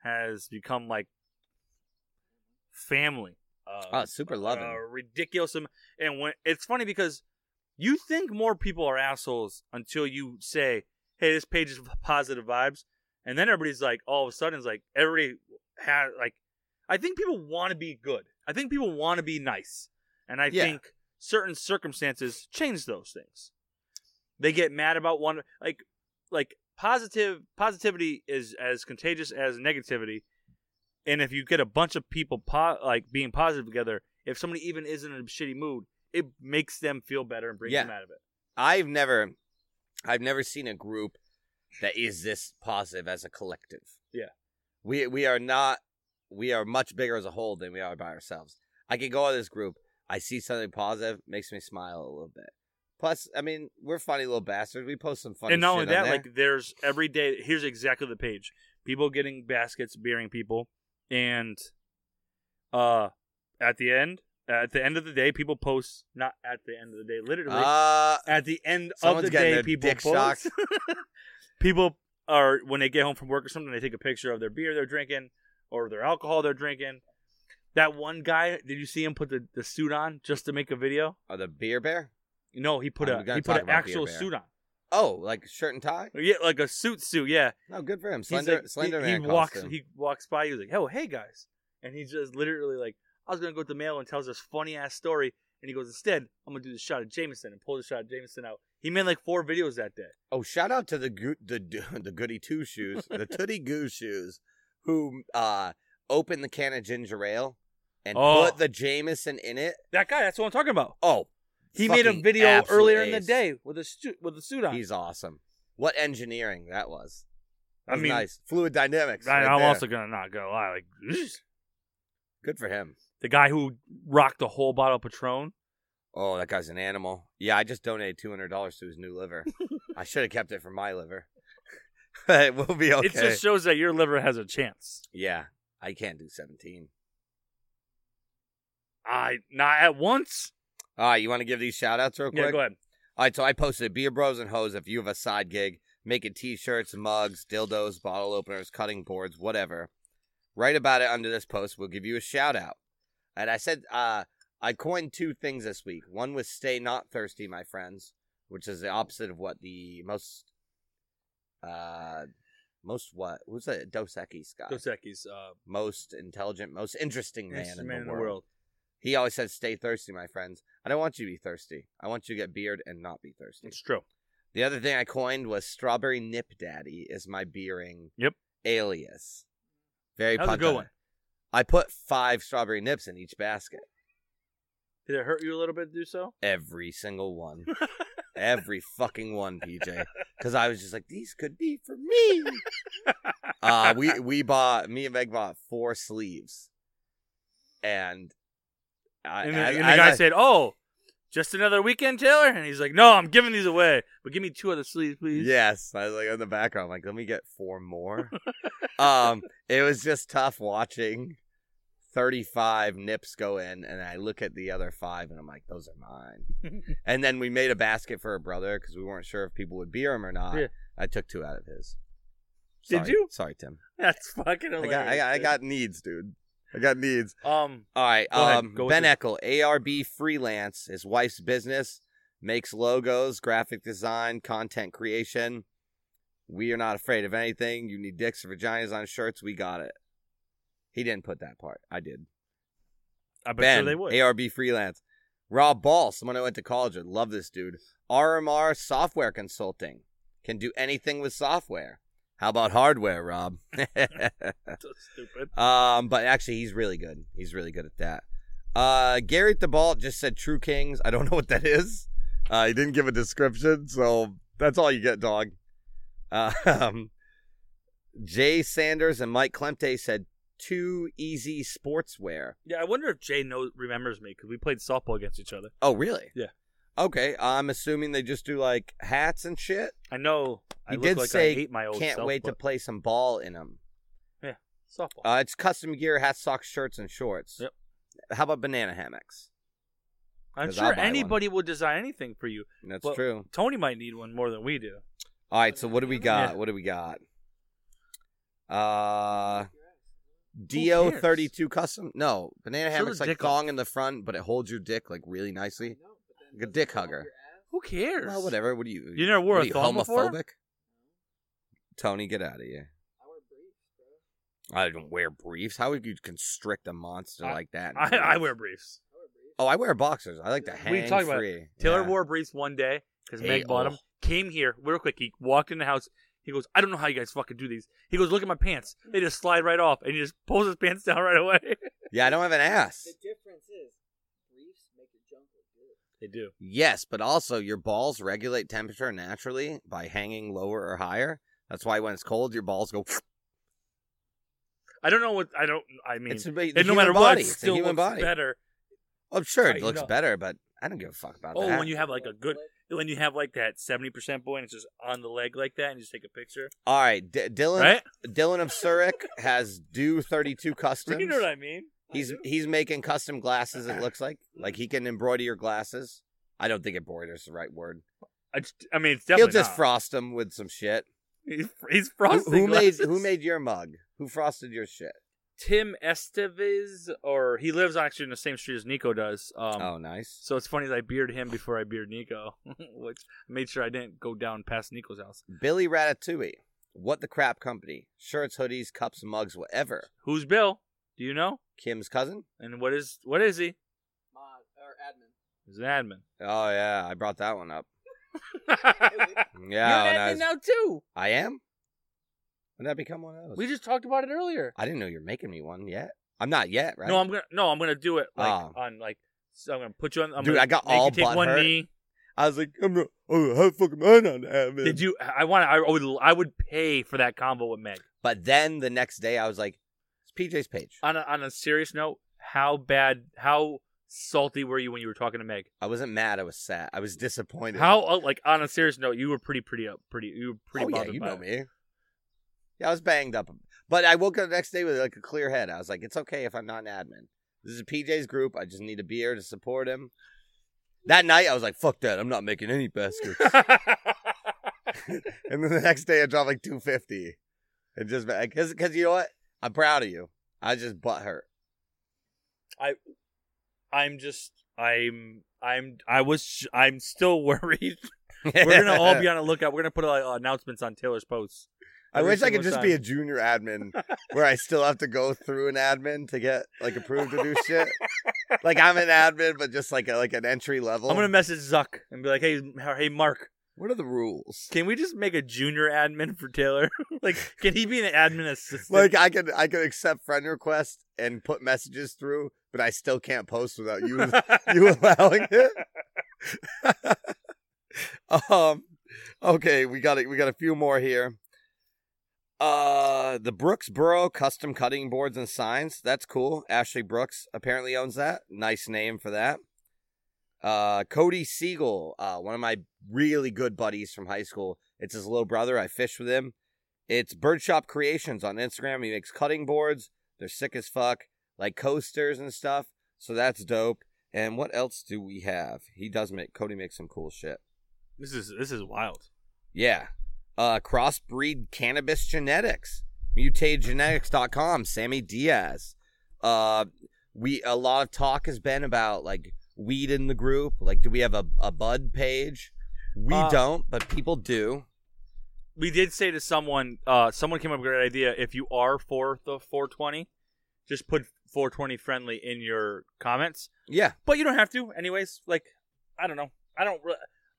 Speaker 3: has become like family. Uh,
Speaker 4: Oh, super loving.
Speaker 3: uh, ridiculous. am- And when it's funny because you think more people are assholes until you say, "Hey, *laughs* this page is positive vibes," and then everybody's like, all of a sudden, it's like everybody had like I think people want to be good. I think people want to be nice. And I
Speaker 4: Yeah.
Speaker 3: think certain circumstances change those things. They get mad about one like like positive positivity is as contagious as negativity. And if you get a bunch of people po- like being positive together, if somebody even is in a shitty mood, it makes them feel better and brings
Speaker 4: Yeah.
Speaker 3: them out of it.
Speaker 4: I've never, I've never seen a group that is this positive as a collective.
Speaker 3: Yeah.
Speaker 4: we we are not. We are much bigger as a whole than we are by ourselves. I could go on this group. I see something positive, makes me smile a little bit. Plus, I mean, we're funny little bastards. We post some funny.
Speaker 3: and not only
Speaker 4: shit on
Speaker 3: that,
Speaker 4: there.
Speaker 3: like there's every day. Here's exactly the page: people getting baskets, bearing people, and uh, at the end, at the end of the day, people post. Not at the end of the day, literally.
Speaker 4: uh,
Speaker 3: at the end of
Speaker 4: someone's
Speaker 3: the
Speaker 4: getting
Speaker 3: day,
Speaker 4: their
Speaker 3: people
Speaker 4: dick
Speaker 3: post. *laughs* people are when they get home from work or something, they take a picture of their beer they're drinking or their alcohol they're drinking. That one guy, did you see him put the, the suit on just to make a video?
Speaker 4: oh, the beer bear.
Speaker 3: No, he put
Speaker 4: I'm
Speaker 3: a
Speaker 4: gonna
Speaker 3: he
Speaker 4: Oh, talk
Speaker 3: put an
Speaker 4: about Beer
Speaker 3: actual
Speaker 4: Bear.
Speaker 3: suit on.
Speaker 4: Oh, like shirt and tie.
Speaker 3: Yeah, like a suit suit. Yeah,
Speaker 4: No, good for him.
Speaker 3: He's
Speaker 4: Slender,
Speaker 3: like-
Speaker 4: Slender
Speaker 3: he,
Speaker 4: Man
Speaker 3: he walks
Speaker 4: costume.
Speaker 3: he walks by. He was like, "Oh, hey guys," and he just literally like, "I was gonna go to the mail and tells this funny ass story." And he goes, "Instead, I'm gonna do the shot of Jameson and pull the shot of Jameson out." He made like four videos that day.
Speaker 4: Oh, shout out to the goo- the do- *laughs* the goody two shoes,
Speaker 3: *laughs*
Speaker 4: the tooty goo shoes, who uh opened the can of ginger ale and
Speaker 3: Oh.
Speaker 4: put the Jameson in it.
Speaker 3: That guy, that's what I'm talking about.
Speaker 4: Oh,
Speaker 3: He made a
Speaker 4: fucking
Speaker 3: video
Speaker 4: absolute
Speaker 3: earlier in the
Speaker 4: ace.
Speaker 3: day with a suit with a suit on.
Speaker 4: He's awesome. What engineering that was! That
Speaker 3: I
Speaker 4: was
Speaker 3: mean,
Speaker 4: nice fluid dynamics.
Speaker 3: I,
Speaker 4: right
Speaker 3: I'm
Speaker 4: there.
Speaker 3: also gonna not go. I like *laughs*
Speaker 4: good for him.
Speaker 3: the guy who rocked the whole bottle of Patron.
Speaker 4: Oh, that guy's an animal. Yeah, I just donated two hundred dollars to his new
Speaker 3: *laughs*
Speaker 4: liver. I should have kept it for my liver. *laughs* but we'll be okay.
Speaker 3: It just shows that your liver has a chance.
Speaker 4: yeah, I can't do seventeen.
Speaker 3: I not at once.
Speaker 4: Ah, you want to give these shout outs real quick?
Speaker 3: Yeah, go ahead.
Speaker 4: All right, so I posted Beer Bros and Hoes. If you have a side gig, making t-shirts, mugs, dildos, bottle openers, cutting boards, whatever, write about it under this post. We'll give you a shout out. And I said, uh, I coined two things this week. One was "Stay Not Thirsty, My Friends," which is the opposite of what the most, uh, most what? Who's that? Dos Equis guy?
Speaker 3: Dos Equis, uh,
Speaker 4: most intelligent, most interesting man,
Speaker 3: man,
Speaker 4: in,
Speaker 3: man
Speaker 4: the world. He always says, "Stay thirsty, my friends." I don't want you to be thirsty. I want you to get beard and not be thirsty.
Speaker 3: It's true.
Speaker 4: The other thing I coined was Strawberry Nip Daddy is my beering
Speaker 3: Yep.
Speaker 4: alias. Very
Speaker 3: That was a
Speaker 4: pun
Speaker 3: good
Speaker 4: on it.
Speaker 3: one.
Speaker 4: I put five strawberry nips in each basket.
Speaker 3: Did it hurt you a little bit to do so?
Speaker 4: Every
Speaker 3: *laughs*
Speaker 4: single one. Every fucking one, PJ. Because I was just like, these could be for me.
Speaker 3: *laughs*
Speaker 4: uh, we we bought me and Meg bought four sleeves. And I
Speaker 3: And, the-
Speaker 4: as-
Speaker 3: and the
Speaker 4: as
Speaker 3: guy
Speaker 4: I-
Speaker 3: said, "Oh, just another weekend, Taylor." And he's like, "No, I'm giving these away, but give me two other sleeves, please."
Speaker 4: Yes, I was like in the background, like let me get four more.
Speaker 3: *laughs*
Speaker 4: um, it was just tough watching thirty-five nips go in, and I look at the other five, and I'm like, those are mine.
Speaker 3: *laughs*
Speaker 4: and then we made a basket for her brother because we weren't sure if people would beer him or not.
Speaker 3: Yeah.
Speaker 4: I took two out of his.
Speaker 3: Did
Speaker 4: Sorry-
Speaker 3: you?
Speaker 4: Sorry, Tim.
Speaker 3: *laughs* that's fucking
Speaker 4: I
Speaker 3: hilarious.
Speaker 4: got, I got, I got needs, dude. I got needs.
Speaker 3: Um,
Speaker 4: All right.
Speaker 3: Go ahead,
Speaker 4: um,
Speaker 3: go with
Speaker 4: ben
Speaker 3: it.
Speaker 4: Eckel, ARB freelance, his wife's business, makes logos, graphic design, content creation. We are not afraid of anything. You need dicks or vaginas on shirts. We got it. He didn't put that part. I did.
Speaker 3: I bet
Speaker 4: ben,
Speaker 3: sure they would. *laughs*
Speaker 4: ARB freelance. Rob Ball, someone I went to college with. Love this dude. RMR software consulting. Can do anything with software. How about
Speaker 3: *laughs*
Speaker 4: hardware, Rob? *laughs*
Speaker 3: So stupid.
Speaker 4: Um, but actually, he's really good. He's really good at that. Uh, Gary Thebalt just said True Kings. I don't *laughs* know what that is. Uh, he didn't give a description, so that's all you get, dog. Uh, um, Jay Sanders and Mike Klemte said too easy sportswear.
Speaker 3: Yeah, I wonder if Jay knows remembers me because we played softball against each other.
Speaker 4: Oh, really?
Speaker 3: Yeah.
Speaker 4: Okay, I'm assuming they just do like hats and shit.
Speaker 3: I know. I
Speaker 4: He
Speaker 3: look
Speaker 4: did
Speaker 3: like
Speaker 4: say
Speaker 3: I hate my old
Speaker 4: Can't
Speaker 3: self,
Speaker 4: wait to
Speaker 3: but-
Speaker 4: play some ball in them.
Speaker 3: softball.
Speaker 4: Uh, it's custom gear, hats, socks, shirts, and shorts.
Speaker 3: Yep.
Speaker 4: How about banana hammocks?
Speaker 3: I'm
Speaker 4: 'cause I'll
Speaker 3: sure
Speaker 4: buy one.
Speaker 3: anybody will design anything for you.
Speaker 4: That's
Speaker 3: Well,
Speaker 4: true.
Speaker 3: Tony might need one more than we do.
Speaker 4: All right, so what do we got?
Speaker 3: Yeah.
Speaker 4: What do we got? Uh DO thirty two custom. No, banana
Speaker 3: Show
Speaker 4: hammock's
Speaker 3: the
Speaker 4: like
Speaker 3: dick off.
Speaker 4: thong in the front, but it holds your dick like really nicely. Like a dick hugger.
Speaker 3: Who cares?
Speaker 4: Well, whatever. What do you?
Speaker 3: You never wore
Speaker 4: what
Speaker 3: a
Speaker 4: are you,
Speaker 3: thong
Speaker 4: homophobic?
Speaker 3: before?
Speaker 4: Tony, get out of here. I don't wear briefs. How would you constrict a monster like that?
Speaker 3: *laughs*
Speaker 4: in
Speaker 3: I, I
Speaker 4: briefs?
Speaker 3: wear briefs.
Speaker 4: Oh, I wear boxers. I like to hang
Speaker 3: We talked about it.
Speaker 4: free.
Speaker 3: Taylor
Speaker 4: Yeah.
Speaker 3: wore briefs one day because
Speaker 4: Hey,
Speaker 3: Meg bought
Speaker 4: oh.
Speaker 3: him. Came here real quick. He walked in the house. He goes, I don't know how you guys fucking do these. He goes, look at my pants. They just slide right off, and he just pulls his pants *laughs* down right away.
Speaker 4: Yeah, I don't have an ass.
Speaker 6: The difference is briefs make your junk look good.
Speaker 3: They do.
Speaker 4: Yes, but also your balls regulate temperature naturally by hanging lower or higher. That's why when it's cold, your balls go.
Speaker 3: I don't know what I don't. I mean,
Speaker 4: It's a, big- the
Speaker 3: and no
Speaker 4: human
Speaker 3: matter what,
Speaker 4: body.
Speaker 3: it
Speaker 4: it's
Speaker 3: still
Speaker 4: a human
Speaker 3: looks
Speaker 4: body.
Speaker 3: better.
Speaker 4: I'm sure
Speaker 3: Right,
Speaker 4: it looks
Speaker 3: no.
Speaker 4: better, but I don't give a fuck about
Speaker 3: Oh,
Speaker 4: that.
Speaker 3: when you have like a good,
Speaker 6: Like,
Speaker 3: when you have like that seventy percent boy, and it's just on the leg like that, and you just take a picture,
Speaker 4: All right, D- Dylan.
Speaker 3: right? *laughs*
Speaker 4: Dylan of Zurich has do 32 customs.
Speaker 3: You know what I mean?
Speaker 4: He's he's making custom glasses. It
Speaker 3: *clears throat*
Speaker 4: looks like like he can embroider your glasses. I don't think embroider is the right word.
Speaker 3: I, just, I mean, it's definitely
Speaker 4: He'll just
Speaker 3: not.
Speaker 4: frost them with some shit.
Speaker 3: He's, he's
Speaker 4: Who,
Speaker 3: frosting.
Speaker 4: who made
Speaker 3: glasses.
Speaker 4: who made your mug? Who frosted your shit?
Speaker 3: Tim Estevez, or he lives actually in the same street as Nico does. Um,
Speaker 4: oh, nice.
Speaker 3: So it's funny that I beard him before I beard Nico, *laughs* which I made sure I didn't go down past Nico's house.
Speaker 4: Billy Ratatouille. What the crap company? Shirts, hoodies, cups, mugs, whatever.
Speaker 3: Who's Bill? Do you know?
Speaker 4: Kim's cousin.
Speaker 3: And what is what is he?
Speaker 6: mod or admin.
Speaker 3: He's an admin. *laughs*
Speaker 4: Oh yeah, I brought that one up.
Speaker 3: You're
Speaker 4: Yeah,
Speaker 3: an
Speaker 4: when I
Speaker 3: admin
Speaker 4: was-
Speaker 3: now too.
Speaker 4: I am. When did I become one of those?
Speaker 3: We just talked about it earlier.
Speaker 4: I didn't know you're making me one yet. I'm not yet, right?
Speaker 3: No, I'm gonna no, I'm gonna do it like
Speaker 4: Ah.
Speaker 3: on like. So I'm gonna put you on. I'm
Speaker 4: Dude,
Speaker 3: gonna
Speaker 4: I got
Speaker 3: make you
Speaker 4: all
Speaker 3: take
Speaker 4: butt
Speaker 3: one
Speaker 4: hurt.
Speaker 3: knee.
Speaker 4: I was like, I'm not, oh, how the fuck am I not having?
Speaker 3: Did you? I want. I would. I would pay for that combo with Meg.
Speaker 4: But then the next day, I was like, it's PJ's page.
Speaker 3: On a, on a serious note, how bad? How salty were you when you were talking to Meg?
Speaker 4: I wasn't mad. I was sad. I was disappointed.
Speaker 3: How uh, like on a serious note, you were pretty pretty up. Pretty you were pretty.
Speaker 4: oh yeah,
Speaker 3: bothered
Speaker 4: you
Speaker 3: by
Speaker 4: know
Speaker 3: it.
Speaker 4: me. Yeah, I was banged up, but I woke up the next day with like a clear head. I was like, it's okay if I'm not an admin. This is PJ's group. I just need a beer to support him. That night, I was like, fuck that. I'm not making
Speaker 3: *laughs*
Speaker 4: any baskets. *laughs* and then the next day, I dropped like 250. And just because because you know what? I'm proud of you. I just butt hurt.
Speaker 3: I'm just. I'm. I'm. I was. I'm still *laughs* worried. We're gonna all be on the lookout. We're gonna put uh, announcements on Taylor's posts.
Speaker 4: *laughs* I
Speaker 3: Every
Speaker 4: wish I could
Speaker 3: single
Speaker 4: just be a
Speaker 3: time. *laughs*
Speaker 4: junior admin where I still have to go through an admin to get like approved to do shit. Like I'm an admin, but just like a, like an entry level.
Speaker 3: I'm gonna message Zuck and be like, "Hey, hey, Mark,
Speaker 4: What are the rules?
Speaker 3: Can we just make a junior admin for Taylor? *laughs* like, can he be an admin assistant?
Speaker 4: Like I could I could accept friend requests and put messages through, but I still can't post without *laughs* you
Speaker 3: *laughs*
Speaker 4: you allowing it. *laughs* um, okay, we got a, we got a few more here. Uh, the Brooksboro custom cutting boards and signs. That's cool. Ashley Brooks apparently owns that. Nice name for that. Uh, Cody Siegel, uh, one of my really good buddies from high school. It's his little brother. I fish with him. It's Birdshop Creations on Instagram. He makes cutting boards. They're sick as fuck, like coasters and stuff. So that's dope. And what else do we have? He does make Cody makes some cool shit.
Speaker 3: this is this is wild.
Speaker 4: Yeah. Uh crossbreed cannabis genetics. Mutategenetics.com, Sammy Diaz. Uh we a lot of talk has been about like weed in the group. Like, do we have a, a bud page? We
Speaker 3: Uh,
Speaker 4: don't, but people do.
Speaker 3: We did say to someone, uh, someone came up with a great idea. If you are for the 420, just put 420 friendly in your comments.
Speaker 4: Yeah.
Speaker 3: But you don't have to, anyways. Like, I don't know. I don't. Re-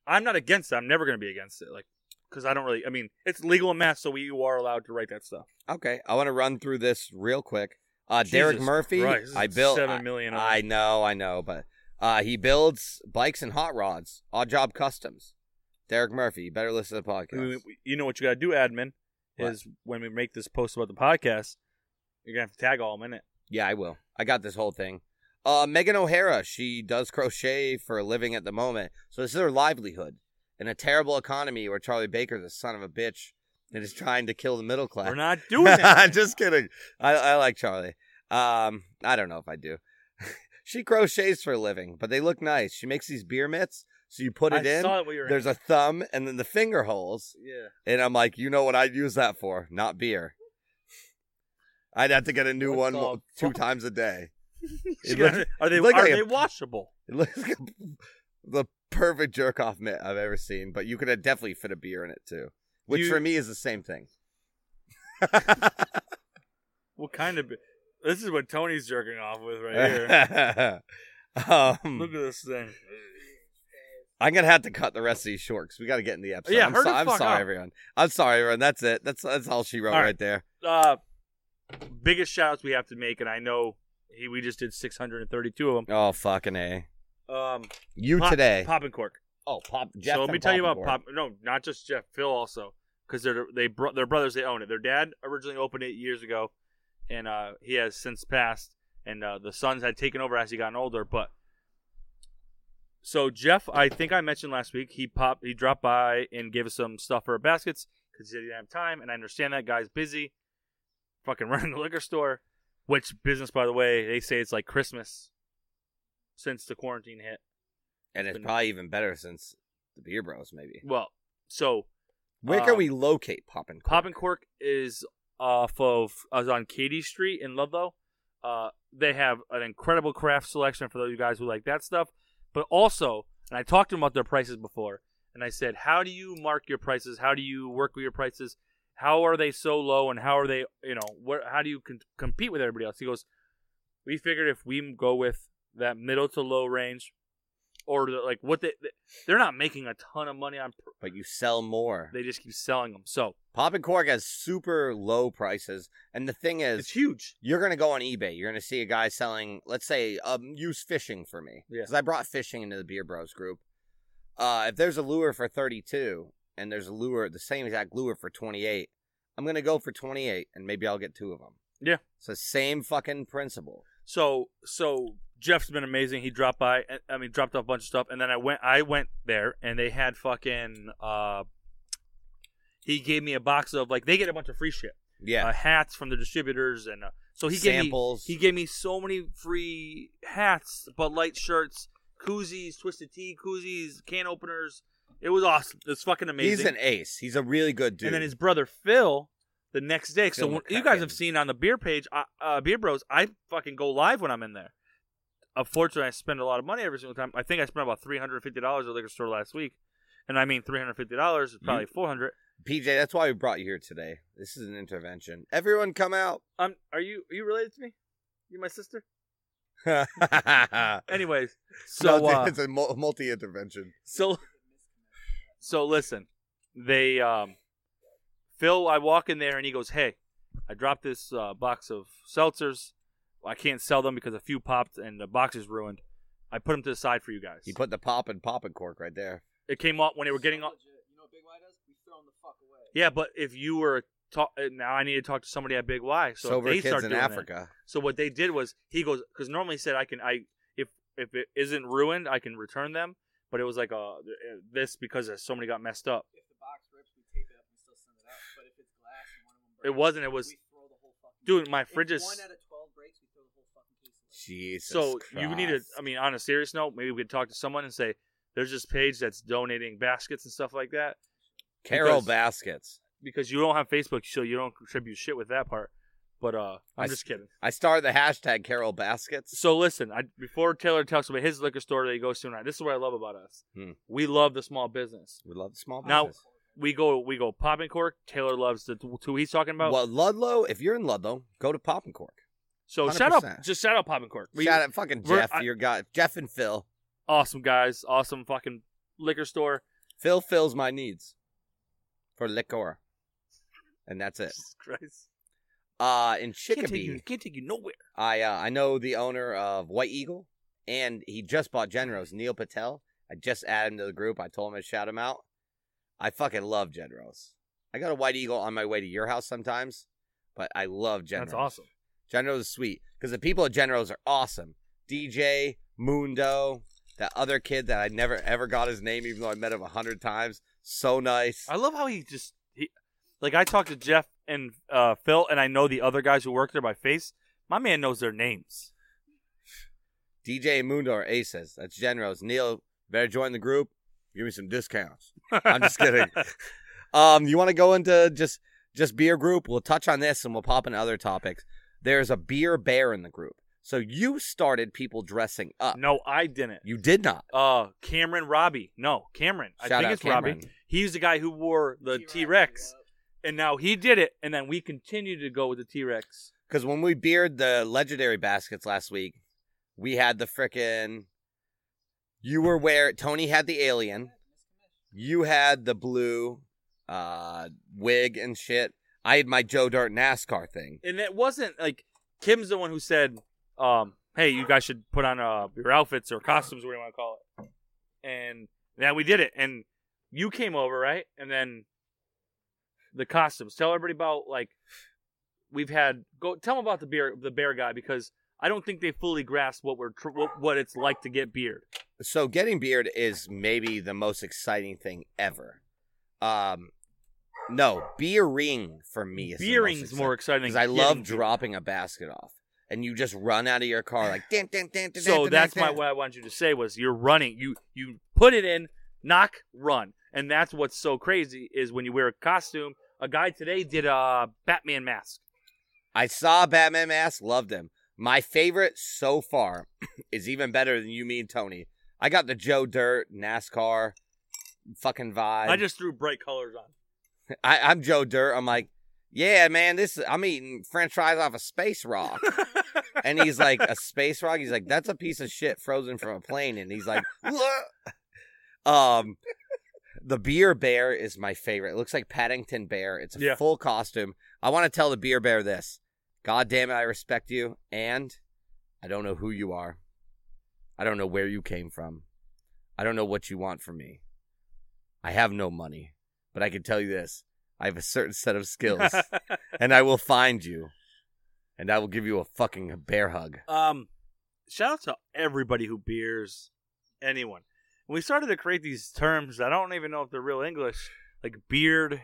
Speaker 3: I'm not against it. I'm never gonna be against it. Like, because I don't really. I mean, it's legal in mass, so we, you are allowed to write that stuff.
Speaker 4: Okay. I want to run through this real quick. Uh Derek
Speaker 3: Jesus
Speaker 4: Murphy.
Speaker 3: Christ, this is
Speaker 4: I built
Speaker 3: seven million. of
Speaker 4: I
Speaker 3: them.
Speaker 4: know, I know, but uh, he builds bikes and hot rods. Odd job customs. Derek Murphy, you better listen to the podcast.
Speaker 3: We- we- you know what you got to do, admin,
Speaker 4: What?
Speaker 3: is when we make this post about the podcast, you're gonna have to tag all of them in it.
Speaker 4: Yeah, I will. I got this whole thing. Uh, Megan O'Hara, she does crochet for a living at the moment, so this is her livelihood. In a terrible economy where Charlie Baker's a son of a bitch and is trying to kill the middle class.
Speaker 3: We're
Speaker 4: *laughs*
Speaker 3: not doing that.
Speaker 4: Just kidding. I, I like Charlie. Um, I don't know if I do. *laughs* she crochets for a living, but they look nice. She makes these beer mitts, so you put
Speaker 3: I
Speaker 4: it in.
Speaker 3: saw it when you were-
Speaker 4: There's a thumb and then the finger holes. *laughs*
Speaker 3: yeah.
Speaker 4: And I'm like, you know what I'd use that for? Not beer. I'd have to get a new
Speaker 3: What
Speaker 4: one
Speaker 3: the
Speaker 4: mo- two
Speaker 3: fuck?
Speaker 4: times a day. *laughs*
Speaker 3: She
Speaker 4: It
Speaker 3: got-
Speaker 4: looked-
Speaker 3: are they
Speaker 4: it looked
Speaker 3: are
Speaker 4: like a- *laughs*
Speaker 3: they washable?
Speaker 4: It looks like *laughs* a- the perfect jerk off mitt I've ever seen, but you could have definitely fit a beer in it too, which
Speaker 3: You-
Speaker 4: for me is the same thing.
Speaker 3: What kind of? bi- This is what Tony's jerking off with right
Speaker 4: *laughs*
Speaker 3: here. Look
Speaker 4: um,
Speaker 3: at this thing.
Speaker 4: I'm gonna have to cut the rest of these short because we got to get in the episode.
Speaker 3: Yeah,
Speaker 4: I'm,
Speaker 3: hurry the
Speaker 4: I'm
Speaker 3: fuck
Speaker 4: sorry,
Speaker 3: up.
Speaker 4: everyone. I'm sorry, everyone. That's it. That's that's all she wrote
Speaker 3: All right.
Speaker 4: right there.
Speaker 3: Uh, biggest shout outs we have to make, and I know he, we just did 632 of them.
Speaker 4: Oh fucking a.
Speaker 3: Um,
Speaker 4: You
Speaker 3: Pop-
Speaker 4: today.
Speaker 3: Pop and Cork.
Speaker 4: oh, pop.
Speaker 3: so let
Speaker 4: and
Speaker 3: me tell you about
Speaker 4: Popcorn.
Speaker 3: Pop. No, not just Jeff. Phil also, because they're they bro, their brothers. They own it. Their dad originally opened it years ago, and uh, he has since passed. And uh, the sons had taken over as he gotten older. But so Jeff, I think I mentioned last week, he popped, he dropped by and gave us some stuff for our baskets because he didn't have time. And I understand that guy's busy, fucking *laughs* running the liquor store. Which business, by the way, they say it's like Christmas since the quarantine hit.
Speaker 4: And it's probably even better since the Beer Bros. Maybe.
Speaker 3: Well, so
Speaker 4: Where can
Speaker 3: Mm, Um,
Speaker 4: we locate Pop and
Speaker 3: Pop and Cork is off of is on Katy Street in Ludlow. Uh, they have an incredible craft selection for those of you guys who like that stuff. But also, and I talked to them about their prices before, and I said, how do you mark your prices? How do you work with your prices? How are they so low, and how are they, you know, where, how do you con- compete with everybody else? He goes, we figured if we go with that middle to low range, or the, like what they they're not making a ton of money on. pr-
Speaker 4: But you sell more.
Speaker 3: They just keep selling them, so
Speaker 4: Pop and Cork has super low prices, and the thing is,
Speaker 3: it's huge.
Speaker 4: you're gonna go on eBay. You're gonna see a guy selling, let's say, um, use fishing for me
Speaker 3: Yeah.
Speaker 4: because I brought fishing into the Beer Bros group. Uh, if there's a lure for 32 and there's a lure, the same exact lure for 28, I'm gonna go for 28 and maybe I'll get two of them.
Speaker 3: Yeah.
Speaker 4: it's the same fucking principle.
Speaker 3: So so Jeff's been amazing. He dropped by. I mean, dropped off a bunch of stuff, and then I went. I went there, and they had fucking. Uh, he gave me a box of like they get a bunch of free shit,
Speaker 4: Yeah,
Speaker 3: uh, hats from the distributors, and uh, so he gave me
Speaker 4: samples.
Speaker 3: he gave me so many free hats, Bud Light shirts, koozies, twisted tea koozies, can openers. It was awesome. It's fucking amazing.
Speaker 4: He's an ace. He's a really good dude.
Speaker 3: And then his brother Phil the next day. so
Speaker 4: Phil
Speaker 3: when- you guys have
Speaker 4: McCracken.
Speaker 3: seen on the beer page, uh, uh, Beer Bros. I fucking go live when I'm in there. Unfortunately, I spend a lot of money every single time. I think I spent about three hundred fifty dollars at the liquor store last week, and I mean three hundred fifty dollars is probably four hundred.
Speaker 4: PJ, that's why we brought you here today. This is an intervention. Everyone, come out. *laughs*
Speaker 3: Um, are you are you related to me? You my sister?
Speaker 4: so
Speaker 3: Anyways, so uh,
Speaker 4: it's a multi intervention.
Speaker 3: so so listen they um phil i walk in there and he goes hey i dropped this uh, box of seltzers i can't sell them because a few popped and the box is ruined i put them to the side for you guys
Speaker 4: He put the pop and pop and cork right there.
Speaker 3: it came up when they were getting on
Speaker 6: Legit. You know what Big Y does? We throw him the fuck away.
Speaker 3: yeah but if you were ta- uh, now i need to talk to somebody at big y so if
Speaker 4: Sober
Speaker 3: they
Speaker 4: kids
Speaker 3: start
Speaker 4: in
Speaker 3: doing that-
Speaker 4: Africa.
Speaker 3: so what they did was he goes because normally he said i can i if if it isn't ruined i can return them but it was like uh this because somebody got messed up
Speaker 6: If the box rips, we tape it up and still send it out. But if it's glass and one of them breaks,
Speaker 3: It wasn't, it was-
Speaker 6: We throw the whole fucking
Speaker 3: dude my
Speaker 6: If
Speaker 3: fridge is
Speaker 6: one out of twelve breaks, we throw the whole fucking case away.
Speaker 4: Jesus.
Speaker 3: so you need to
Speaker 4: Christ.
Speaker 3: i mean on a um, serious note maybe we could talk to someone and say there's this page that's donating baskets and stuff like that
Speaker 4: Carol
Speaker 3: because-
Speaker 4: baskets.
Speaker 3: because you don't have facebook so you don't contribute shit with that part but uh i'm
Speaker 4: I
Speaker 3: just
Speaker 4: see.
Speaker 3: kidding
Speaker 4: I started the hashtag Carol baskets.
Speaker 3: so listen I, before taylor talks about his liquor store that he goes to tonight this is what i love about us
Speaker 4: Hmm.
Speaker 3: we love the small business
Speaker 4: We love small
Speaker 3: Now-
Speaker 4: business.
Speaker 3: we go we go pop and cork taylor loves the two he's talking about
Speaker 4: well, Ludlow. If you're in Ludlow, go to Pop and Cork.
Speaker 3: so shout out
Speaker 4: 100%.
Speaker 3: just shout out pop and cork We-
Speaker 4: Shout out fucking
Speaker 3: we're-
Speaker 4: Jeff.
Speaker 3: I-
Speaker 4: your guy, Jeff and Phil.
Speaker 3: awesome guys awesome fucking liquor store
Speaker 4: Phil fills my needs for liquor, and that's it.
Speaker 3: Jesus christ
Speaker 4: Uh, in
Speaker 3: can't take, you,
Speaker 4: Chicopee,
Speaker 3: can't take you nowhere
Speaker 4: I uh, I know the owner of White Eagle, and he just bought Genros. Neil Patel. I just added him to the group. I told him to shout him out. I fucking love Genros. I got a White Eagle on my way to your house sometimes, but I love Genros.
Speaker 3: that's awesome
Speaker 4: Genros is sweet because the people at Genros are awesome. DJ Mundo, that other kid that I never ever got his name, even though I met him a hundred times. So nice.
Speaker 3: I love how he just he, like I talked to Jeff and uh, Phil, and I know the other guys who work there by face. My man knows their names.
Speaker 4: DJ Mundo are aces. That's Genros. Neil, better join the group. Give me some discounts. I'm
Speaker 3: *laughs*
Speaker 4: just kidding. Um, you want to go into just just beer group? We'll touch on this and we'll pop into other topics. There's a beer bear in the group. So you started people dressing up.
Speaker 3: no, I didn't.
Speaker 4: You did not.
Speaker 3: Uh, Cameron Robbie. No, Cameron. I
Speaker 4: Shout
Speaker 3: think
Speaker 4: out
Speaker 3: it's Robbie.
Speaker 4: Cameron.
Speaker 3: He was the guy who wore the T Rex, and now he did it, and then we continued to go with the T Rex.
Speaker 4: Because when we beard the legendary baskets last week, we had the frickin' You were where Tony had the alien. You had the blue uh, wig and shit. I had my Joe Dirt NASCAR thing.
Speaker 3: and it wasn't like Kim's the one who said, um, "Hey, you guys should put on uh, your outfits or costumes, whatever you want to call it." And yeah, we did it, and you came over, right? And then the costumes. Tell everybody about like we've had. Go tell them about the beer, the bear guy, because I don't think they fully grasp what we're tr- what, what it's like to get beard.
Speaker 4: so getting beard is maybe the most exciting thing ever. Um, no, beering for me is the most
Speaker 3: Beering's more
Speaker 4: exciting,
Speaker 3: exciting
Speaker 4: 'cause I
Speaker 3: than
Speaker 4: love
Speaker 3: getting
Speaker 4: dropping a basket off, and you just run out of your car like. "Dun, dun, dun, dun,
Speaker 3: So
Speaker 4: dun,
Speaker 3: that's
Speaker 4: dun,
Speaker 3: my
Speaker 4: dun."
Speaker 3: what I wanted you to say was you're running. You you put it in, knock, run, and that's what's so crazy is when you wear a costume. A guy today did a Batman mask.
Speaker 4: I saw Batman Mask, loved him. My favorite so far *clears throat* is even better than you, me, and Tony. I got the Joe Dirt NASCAR fucking vibe.
Speaker 3: i just threw bright colors on.
Speaker 4: I, I'm Joe Dirt. I'm like, yeah, man, this I'm eating French fries off a space rock. and he's like, a space rock? He's like, that's a piece of shit frozen from a plane. And he's like, *laughs* "Ugh." um, the beer bear is my favorite. It looks like Paddington Bear. It's a
Speaker 3: Yeah.
Speaker 4: full costume. I want to tell the beer bear this. God damn it, I respect you. And I don't know who you are. I don't know where you came from. I don't know what you want from me. I have no money, but I can tell you this. I have a certain set of *laughs* skills, and I will find you, and I will give you a fucking bear hug.
Speaker 3: *laughs* um, shout out to everybody who beers anyone. We started to create these terms. I don't even know if they're real English, like beard,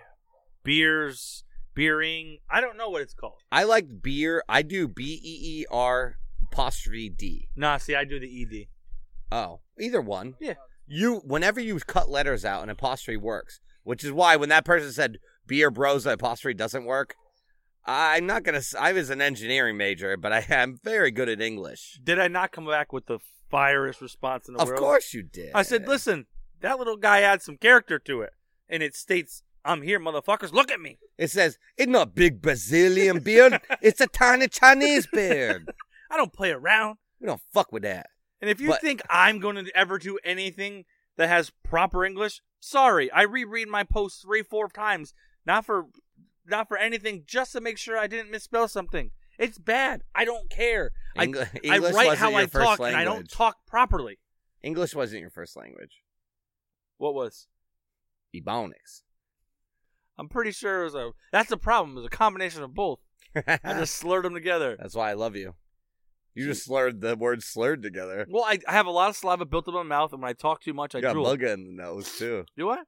Speaker 3: beers, beering. I don't know what it's called.
Speaker 4: I like beer. I do B E E R apostrophe D.
Speaker 3: Nah, see, I do the E ed.
Speaker 4: Oh, either one.
Speaker 3: Yeah.
Speaker 4: You whenever you cut letters out, an apostrophe works, which is why when that person said beer bros, the apostrophe doesn't work. I'm not gonna. s- I was an engineering major, but I am very good at English.
Speaker 3: Did I not come back with the fieriest response in the
Speaker 4: Of
Speaker 3: world?
Speaker 4: course you did.
Speaker 3: I said, listen, that little guy adds some character to it. And it states, I'm here, motherfuckers, look at me.
Speaker 4: It says, it's not big Brazilian beard. it's a tiny Chinese
Speaker 3: *laughs*
Speaker 4: beard.
Speaker 3: I don't play around.
Speaker 4: We don't fuck with that.
Speaker 3: And if you
Speaker 4: But-
Speaker 3: think I'm going to ever do anything that has proper English, sorry. I reread my posts three, four times, not for not for anything, just to make sure I didn't misspell something. It's bad. I don't care. I-
Speaker 4: Engli-
Speaker 3: I
Speaker 4: English
Speaker 3: write
Speaker 4: wasn't
Speaker 3: how
Speaker 4: your
Speaker 3: I
Speaker 4: first
Speaker 3: talk,
Speaker 4: language.
Speaker 3: and I don't talk properly.
Speaker 4: English wasn't your first language.
Speaker 3: What was?
Speaker 4: Ebonics.
Speaker 3: I'm pretty sure it was a. That's the problem. It was a combination of both. *laughs*
Speaker 4: Ah.
Speaker 3: I just slurred them together.
Speaker 4: That's why I love you. You just slurred the word slurred together.
Speaker 3: Well, I, I have a lot of saliva built up in my mouth, and when I talk too much, I
Speaker 4: You got
Speaker 3: drool.
Speaker 4: bugger in the nose, too.
Speaker 3: Do I?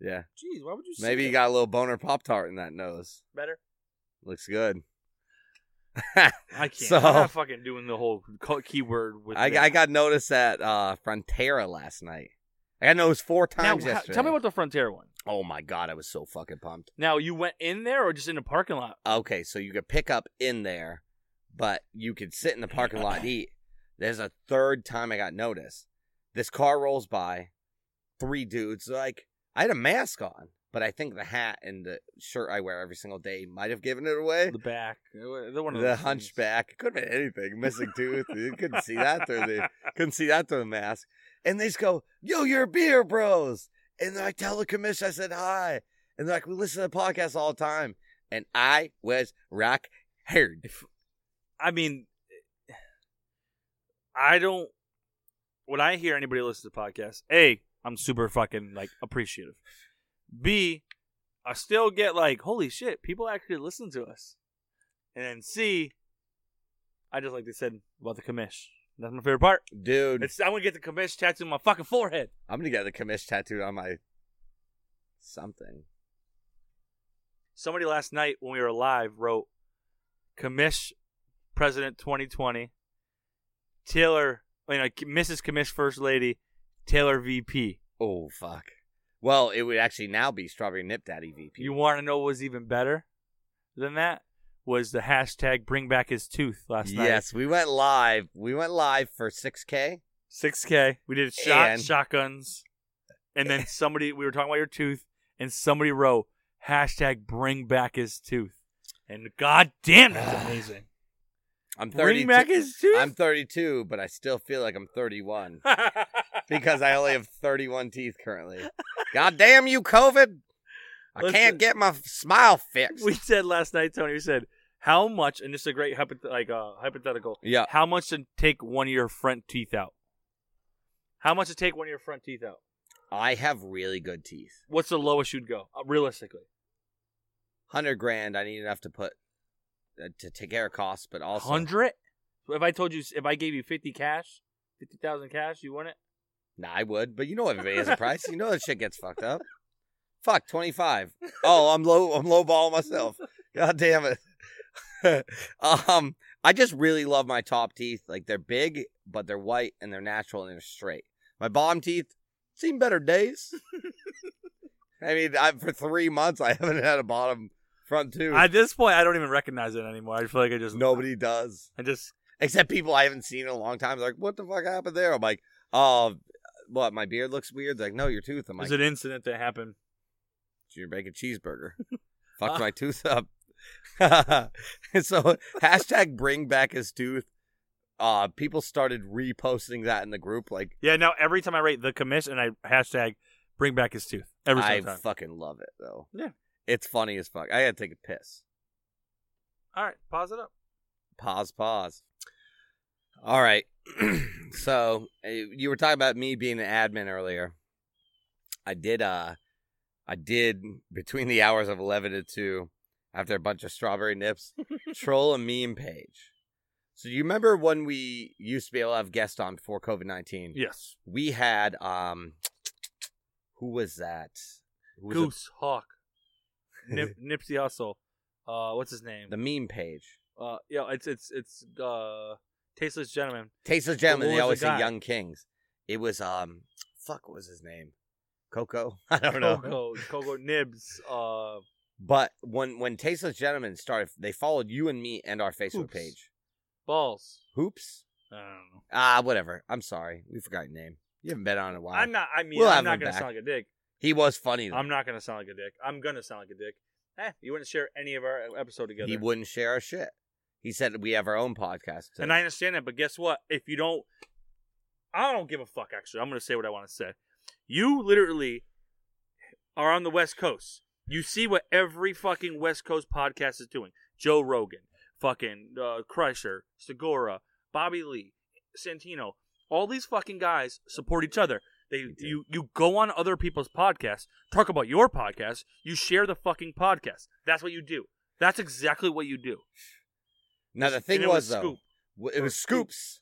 Speaker 4: Yeah.
Speaker 3: Jeez, why would you? say
Speaker 4: Maybe you
Speaker 3: that?
Speaker 4: got a little boner Pop Tart in that nose.
Speaker 3: better.
Speaker 4: Looks good.
Speaker 3: I can't.
Speaker 4: So-
Speaker 3: I'm not fucking doing the whole co- keyword with.
Speaker 4: I,
Speaker 3: that.
Speaker 4: I got noticed at uh, Frontera last night. I got noticed four
Speaker 3: Now,
Speaker 4: times
Speaker 3: ha-
Speaker 4: yesterday.
Speaker 3: tell me about the Frontier one.
Speaker 4: Oh my god, I was so fucking pumped.
Speaker 3: Now, you went in there or just in the parking lot?
Speaker 4: okay, so you could pick up in there, but you could sit in the parking lot and eat. There's a third time I got noticed. This car rolls by, three dudes like I had a mask on, but I think the hat and the shirt I wear every single day might have given it away.
Speaker 3: The back, the one of
Speaker 4: The
Speaker 3: those things.
Speaker 4: hunchback It could have been anything, missing tooth. You couldn't see that through the couldn't see that through the mask. And they just go, "Yo, you're beer bros," and then I tell the commission, I said hi, and they're like, "We listen to the podcast all the time," and I was rock haired.
Speaker 3: I mean, I don't. When I hear anybody listen to podcasts, a, I'm super fucking like appreciative. B, I still get like, holy shit, people actually listen to us. And then C, I just like they said about the commish. That's my favorite part.
Speaker 4: Dude,
Speaker 3: It's, I want to get the commish tattooed on my fucking forehead.
Speaker 4: I'm gonna get the commish tattooed on my something.
Speaker 3: Somebody last night when we were live wrote, commish president 2020, Taylor, you know, Mrs. Commish first lady, Taylor VP.
Speaker 4: Oh fuck. Well, it would actually now be Strawberry Nip Daddy VP.
Speaker 3: You want to know what was even better than that? Was the hashtag bring back his tooth last night?
Speaker 4: yes, we went live. We went live for 6K.
Speaker 3: 6K. We did shot,
Speaker 4: And-
Speaker 3: shotguns. And
Speaker 4: *laughs*
Speaker 3: then somebody, we were talking about your tooth, and somebody
Speaker 4: *sighs*
Speaker 3: wrote hashtag bring back his tooth. And god damn, *sighs* that's amazing.
Speaker 4: I'm 32.
Speaker 3: Ring back his tooth.
Speaker 4: I'm 32, but I still feel like I'm 31
Speaker 3: *laughs*
Speaker 4: because I only have 31 teeth currently. God damn you, COVID! I
Speaker 3: Listen.
Speaker 4: can't get my f- smile fixed.
Speaker 3: we said last night, Tony. We said how much, and this is a great hypoth- like uh, hypothetical.
Speaker 4: yeah,
Speaker 3: How much to take one of your front teeth out? How much to take one of your front teeth out?
Speaker 4: I have really good teeth.
Speaker 3: What's the lowest you'd go uh, realistically?
Speaker 4: Hundred grand, I need enough to put uh, to take care of costs, but also
Speaker 3: Hundred. So if I told you, if I gave you fifty cash, fifty thousand cash, you wouldn't.
Speaker 4: Nah, I would, but you know everybody has a price. You know that shit gets fucked up. Fuck twenty five. Oh, I'm low. I'm low ball myself. God damn it. *laughs* um, I just really love my top teeth. Like they're big, but they're white and they're natural and they're straight. My bottom teeth seen better days. I mean, I, for three months I haven't had a bottom front tooth.
Speaker 3: At this point, I don't even recognize it anymore. I feel like I just
Speaker 4: Nobody does
Speaker 3: I just
Speaker 4: except people I haven't seen in a long time. They're like, "What the fuck happened there?" I'm like, "Oh, what? My beard looks weird." They're like, "No, your tooth." I'm like,
Speaker 3: it's an incident that happened.
Speaker 4: Junior Bacon Cheeseburger.
Speaker 3: *laughs* Ah.
Speaker 4: Fucked my tooth up. *laughs* And so hashtag bring back his tooth. Uh, people started reposting that in the group. Like
Speaker 3: Yeah. Now every time I rate the commission, I hashtag bring back his tooth every
Speaker 4: I
Speaker 3: single time.
Speaker 4: fucking love it though.
Speaker 3: Yeah.
Speaker 4: it's funny as fuck. I gotta take a piss.
Speaker 3: All right, pause it up.
Speaker 4: Pause. Pause. All right. *clears throat* so uh, you were talking about me being an admin earlier. I did. Uh, I did between the hours of eleven to two, after a bunch of strawberry nips, troll a meme page. So you remember when we used to be able to have guests on before COVID nineteen?
Speaker 3: Yes.
Speaker 4: We had um, who was that? Who was a-
Speaker 3: Goose Hawk,
Speaker 4: *laughs*
Speaker 3: Nip, Nipsey Hussle. Uh, what's his name?
Speaker 4: the meme page.
Speaker 3: uh, yeah, it's it's it's uh, Tasteless Gentleman.
Speaker 4: Tasteless gentlemen.
Speaker 3: what
Speaker 4: They
Speaker 3: was the
Speaker 4: always say
Speaker 3: guy?
Speaker 4: young kings. It was um, fuck, what was his name? Coco. *laughs* *laughs* I don't know.
Speaker 3: Coco, Coco Nibs. Uh,
Speaker 4: But when when Tasteless Gentlemen started, they followed you and me and our Facebook
Speaker 3: Hoops.
Speaker 4: page.
Speaker 3: balls.
Speaker 4: Hoops?
Speaker 3: I don't know.
Speaker 4: Ah, whatever. I'm sorry, we forgot your name. You haven't been on in a while.
Speaker 3: I'm not. I mean,
Speaker 4: We'll have
Speaker 3: I'm not
Speaker 4: him
Speaker 3: gonna
Speaker 4: back.
Speaker 3: sound like a dick.
Speaker 4: He was funny. Though.
Speaker 3: I'm not gonna sound like a dick. I'm gonna sound like a dick. Eh, you wouldn't share any of our e-, episode together.
Speaker 4: He wouldn't share our shit. He said we have our own podcast. too.
Speaker 3: And I understand that, but guess what? If you don't, I don't give a fuck. Actually, I'm gonna say what I want to say. You literally are on the West Coast. You see what every fucking West Coast podcast is doing. Joe Rogan, fucking uh, Kreischer, Segura, Bobby Lee, Santino. All these fucking guys support each other. They
Speaker 4: do.
Speaker 3: you you go on other people's podcasts, talk about your podcast. You share the fucking podcast. That's what you do. That's exactly what you do.
Speaker 4: now the thing
Speaker 3: And it
Speaker 4: was,
Speaker 3: was
Speaker 4: though,
Speaker 3: Scoop.
Speaker 4: w- it
Speaker 3: Or
Speaker 4: was scoops.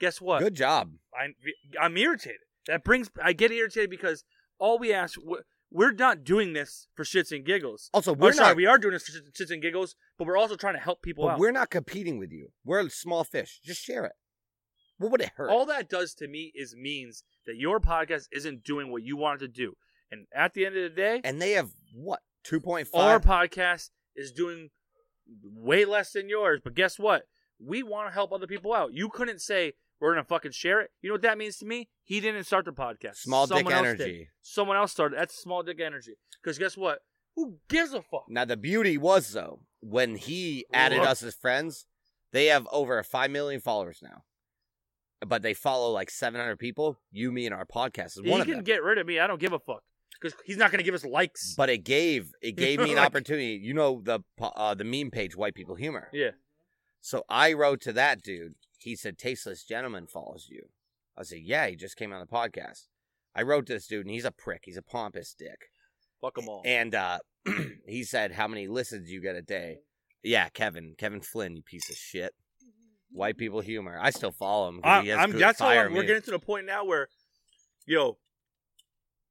Speaker 3: Guess what?
Speaker 4: Good job.
Speaker 3: I'm I'm irritated. That brings I get irritated because all we ask we're, we're not doing this for shits and giggles.
Speaker 4: Also,
Speaker 3: We're
Speaker 4: we're
Speaker 3: sorry,
Speaker 4: not.
Speaker 3: we are doing this for shits- shits and giggles, but we're also trying to help people
Speaker 4: but
Speaker 3: out.
Speaker 4: we're not competing with you. We're a small fish. Just share it. What would it hurt?
Speaker 3: all that does to me is means that your podcast isn't doing what you want it to do. And at the end of the day,
Speaker 4: and they have what two point
Speaker 3: our
Speaker 4: five.
Speaker 3: podcast is doing way less than yours. But guess what? We want to help other people out. You couldn't say we're gonna fucking share it. You know what that means to me? He didn't start the podcast.
Speaker 4: Small dick
Speaker 3: Someone else did.
Speaker 4: energy.
Speaker 3: Someone else started. That's small dick energy. Because guess what? Who gives a fuck?
Speaker 4: Now the beauty was though when he added
Speaker 3: Look.
Speaker 4: us as friends, they have over five million followers now. But they follow like seven hundred people. You, me, and our podcast is
Speaker 3: He
Speaker 4: one of
Speaker 3: can
Speaker 4: them.
Speaker 3: get rid of me. I don't give a fuck. Because he's not gonna give us likes.
Speaker 4: but it gave it gave me
Speaker 3: *laughs*
Speaker 4: an
Speaker 3: Like-
Speaker 4: opportunity. You know the po- uh, the meme page, White People Humor.
Speaker 3: yeah.
Speaker 4: So I wrote to that dude. He said, "Tasteless gentleman follows you." I said, "Yeah, he just came on the podcast." I wrote to this dude, and he's a prick. He's a pompous dick.
Speaker 3: Fuck them all.
Speaker 4: And uh, *clears throat* he said, "How many listens you get a day?" Yeah, Kevin, Kevin Flynn, you piece of shit. White people humor. I still follow him. 'cause
Speaker 3: I,
Speaker 4: he has
Speaker 3: I'm.
Speaker 4: good
Speaker 3: That's all.
Speaker 4: fire
Speaker 3: I'm- We're
Speaker 4: me.
Speaker 3: getting to the point now where, yo,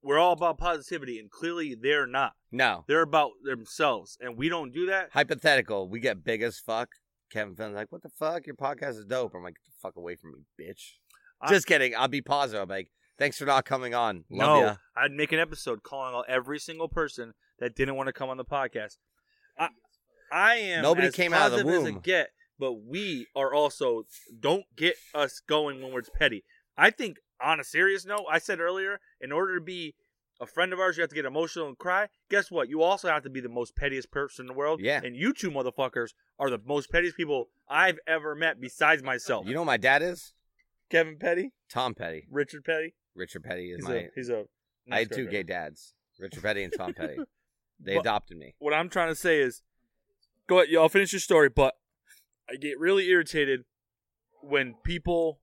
Speaker 3: we're all about positivity, and clearly they're not.
Speaker 4: No
Speaker 3: They're about themselves, and we don't do that.
Speaker 4: hypothetical. We get big as fuck. Kevin Flynn's like, "What the fuck? Your podcast is dope." I'm like, "Get the fuck away from me, bitch."
Speaker 3: I-
Speaker 4: Just kidding. I'll be positive. I'm like, "Thanks for not coming on." Love
Speaker 3: no,
Speaker 4: ya.
Speaker 3: I'd make an episode calling out every single person that didn't want to come on the podcast. I, I am
Speaker 4: Nobody
Speaker 3: as
Speaker 4: came out of the
Speaker 3: positive As
Speaker 4: womb.
Speaker 3: it get, but we are also don't get us going when we're petty. I think on a serious note, I said earlier, in order to be a friend of ours, you have to get emotional and cry. Guess what? You also have to be the most pettiest person in the world.
Speaker 4: Yeah.
Speaker 3: And you two motherfuckers are the most pettiest people I've ever met besides myself.
Speaker 4: You know what my dad is?
Speaker 3: Kevin Petty,
Speaker 4: Tom Petty.
Speaker 3: Richard Petty.
Speaker 4: Richard Petty is
Speaker 3: He's
Speaker 4: my.
Speaker 3: a he's a.
Speaker 4: I had two gay dads, Richard Petty and
Speaker 3: *laughs*
Speaker 4: Tom Petty. They
Speaker 3: But-
Speaker 4: adopted me.
Speaker 3: What I'm trying to say is, go ahead, y'all finish your story. But I get really irritated when people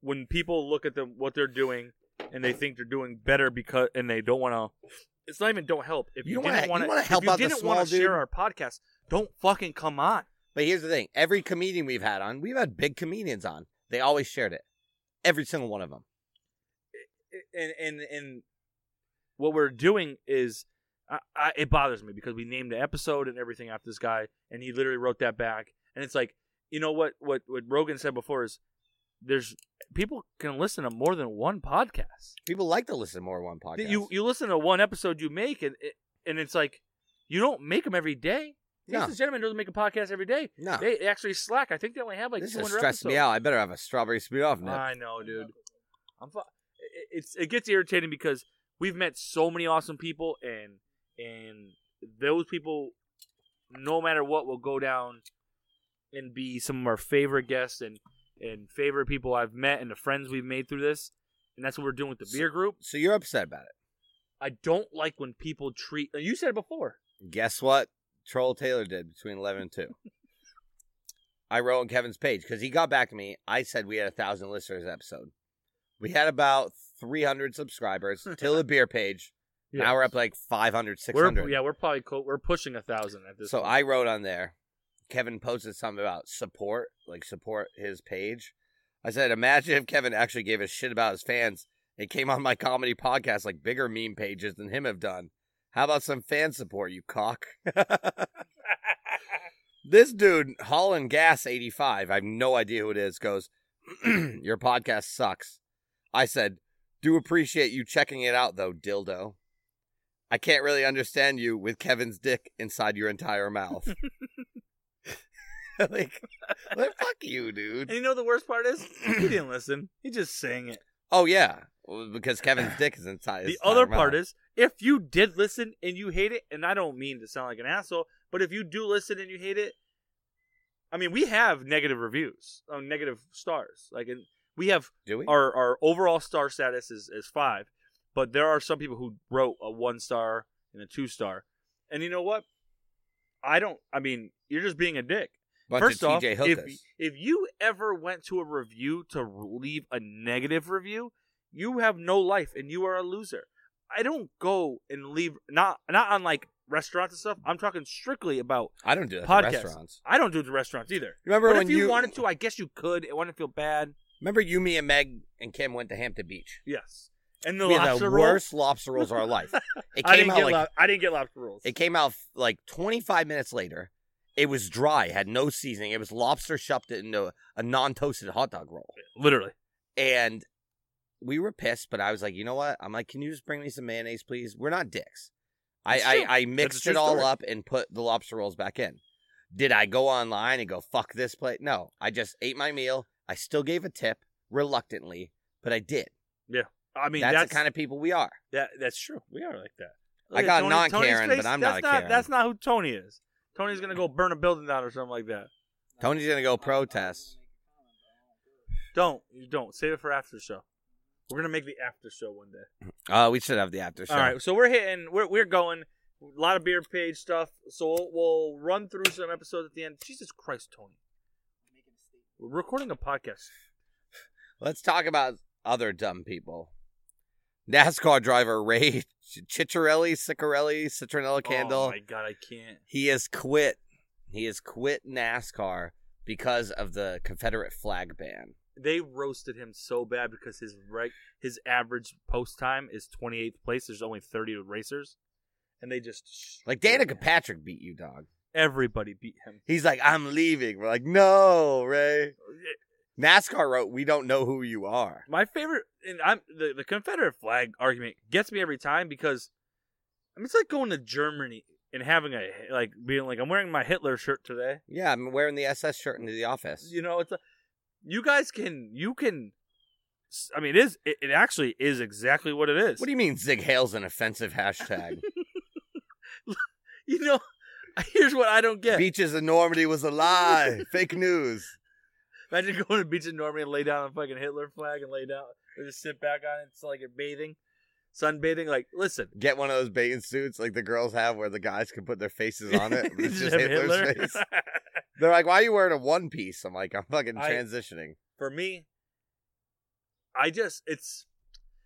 Speaker 3: when people look at them what they're doing and they think they're doing better because and they don't want to. It's not even don't help. If
Speaker 4: You
Speaker 3: you,
Speaker 4: don't
Speaker 3: didn't
Speaker 4: wanna-
Speaker 3: want
Speaker 4: you wanna help
Speaker 3: if you
Speaker 4: out the
Speaker 3: didn't
Speaker 4: small
Speaker 3: wanna
Speaker 4: dude.
Speaker 3: share our podcast, don't fucking come on.
Speaker 4: But here's the thing: every comedian we've had on, we've had big comedians on. They always shared it. Every single one of them.
Speaker 3: and and and what we're doing is I, I, it bothers me because we named the episode and everything after this guy and he literally wrote that back and it's like you know what what what Rogan said before is there's people can listen to more than one podcast.
Speaker 4: People like to listen to more than one podcast.
Speaker 3: You you listen to one episode you make and it, and it's like you don't make them every day.
Speaker 4: No.
Speaker 3: This gentleman doesn't make a podcast every day.
Speaker 4: no,
Speaker 3: They actually slack. I think they only have like Uh,
Speaker 4: this is
Speaker 3: 200
Speaker 4: stressing me
Speaker 3: episodes.
Speaker 4: out. I better have a strawberry speed off nip.
Speaker 3: I know, dude. I'm fu- it- it's it gets irritating because we've met so many awesome people and and those people no matter what will go down and be some of our favorite guests and and favorite people I've met and the friends we've made through this. And that's what we're doing with the
Speaker 4: So-
Speaker 3: beer group.
Speaker 4: so you're upset about it.
Speaker 3: I don't like when people treat you said it before.
Speaker 4: Guess what? Troll Taylor did between eleven and two. I wrote on Kevin's page because he got back to me. I said we had a thousand listeners episode. We had about three
Speaker 3: *laughs*
Speaker 4: hundred subscribers till the beer page. Now we're up like 500, 600.
Speaker 3: We're, yeah, we're probably co- we're pushing a thousand at this.
Speaker 4: So
Speaker 3: point.
Speaker 4: I wrote on there. Kevin posted something about support, like support his page. I said, imagine if Kevin actually gave a shit about his fans. It came on my comedy podcast like bigger meme pages than him have done. How about some fan support, you cock? *laughs* this dude, Holland Gas 85, I have no idea who it is, goes, *clears throat* Your podcast sucks. I said, Do appreciate you checking it out, though, dildo. I can't really understand you with Kevin's dick inside your entire mouth.
Speaker 3: *laughs*
Speaker 4: *laughs* like, like, fuck you,
Speaker 3: and
Speaker 4: dude.
Speaker 3: you know the worst part
Speaker 4: *clears throat*
Speaker 3: is he didn't listen. He just sang it.
Speaker 4: Oh, yeah. Well, Because Kevin's dick is inside his
Speaker 3: the other
Speaker 4: entire
Speaker 3: part
Speaker 4: mouth.
Speaker 3: is if you did listen and you hate it and i don't mean to sound like an asshole but if you do listen and you hate it i mean we have negative reviews on negative stars like and we have
Speaker 4: Do we?
Speaker 3: our our overall star status is is five but there are some people who wrote a one star and a two star and you know what i don't i mean you're just being a dick
Speaker 4: Bunch
Speaker 3: First
Speaker 4: of
Speaker 3: off,
Speaker 4: TJ
Speaker 3: if,
Speaker 4: Hookers.
Speaker 3: if you ever went to a review to leave a negative review, you have no life and you are a loser. I don't go and leave not not on like restaurants and stuff. I'm talking strictly about
Speaker 4: I don't do that at
Speaker 3: podcasts.
Speaker 4: restaurants.
Speaker 3: I don't do it to restaurants either.
Speaker 4: Remember
Speaker 3: but
Speaker 4: when
Speaker 3: if you,
Speaker 4: you-
Speaker 3: wanted to, I guess you could. It wouldn't feel bad.
Speaker 4: Remember you, me, and Meg and Kim went to Hampton Beach.
Speaker 3: Yes. And the
Speaker 4: we had
Speaker 3: lobster
Speaker 4: the
Speaker 3: roll.
Speaker 4: worst lobster rolls of
Speaker 3: *laughs*
Speaker 4: our life. It
Speaker 3: I
Speaker 4: came
Speaker 3: didn't
Speaker 4: out
Speaker 3: get
Speaker 4: like
Speaker 3: lo- I didn't get lobster rolls.
Speaker 4: it came out like 25 minutes later. It was dry, had no seasoning. It was lobster shoved into a, a non-toasted hot dog roll,
Speaker 3: Literally.
Speaker 4: and we were pissed. But I was like, you know what? I'm like, can you just bring me some mayonnaise, please? We're not dicks. I
Speaker 3: That's true.
Speaker 4: I, I
Speaker 3: That's a
Speaker 4: mixed
Speaker 3: true
Speaker 4: it all
Speaker 3: story.
Speaker 4: up and put the lobster rolls back in. Did I go online and go fuck this place? No, I just ate my meal. I still gave a tip reluctantly, but I did.
Speaker 3: I mean,
Speaker 4: that's,
Speaker 3: that's,
Speaker 4: the kind of people we are.
Speaker 3: That that's true. We are like that.
Speaker 4: I got non-Karen, but I'm not
Speaker 3: that's
Speaker 4: a Karen.
Speaker 3: That's not who Tony is. Tony's gonna go burn a building down or something like that.
Speaker 4: Tony's gonna go protest.
Speaker 3: Don't you don't save it for after the show. We're gonna make the after show one day.
Speaker 4: Uh, we should have the after show.
Speaker 3: All right, so we're hitting. We're we're going a lot of beer page stuff. So we'll, we'll run through some episodes at the end. Jesus Christ, Tony. We're recording a podcast.
Speaker 4: Let's talk about other dumb people. NASCAR driver Ray Ciccarelli, Ciccarelli, Citronella Candle.
Speaker 3: Oh my god, I can't.
Speaker 4: He has quit. He has quit NASCAR because of the Confederate flag ban.
Speaker 3: They roasted him so bad because his right his average post time is 28th place. There's only 30 racers, and they just
Speaker 4: Like Danica Patrick beat you, dog.
Speaker 3: Everybody beat him.
Speaker 4: He's like, I'm leaving. We're like, no, Ray. NASCAR wrote, we don't know who you are.
Speaker 3: My favorite, and I'm the, the Confederate flag argument gets me every time because I mean, it's like going to Germany and having a like being like I'm wearing my Hitler shirt today.
Speaker 4: Yeah, I'm wearing the SS shirt into the office.
Speaker 3: You know, it's a, you guys can you can s- I mean, it is. It, it actually is exactly what it is.
Speaker 4: What do you mean Zig Hale's an
Speaker 3: *laughs*
Speaker 4: offensive hashtag?
Speaker 3: you, know, *laughs* here's what I don't get.
Speaker 4: Beaches of Normandy was
Speaker 3: *laughs*
Speaker 4: a lie. Fake news.
Speaker 3: Imagine *laughs* going to the beach in Normandy and lay down a fucking Hitler flag and lay down and just sit back on it. It's like you're bathing, sunbathing. Like, listen,
Speaker 4: Get one of those bathing suits like the girls have where the guys can put their faces
Speaker 3: *laughs*
Speaker 4: on it. It's just
Speaker 3: have
Speaker 4: Hitler's face. They're like, why are you wearing a one piece? I'm like, I'm fucking
Speaker 3: I-
Speaker 4: transitioning.
Speaker 3: *laughs* For me, I just it's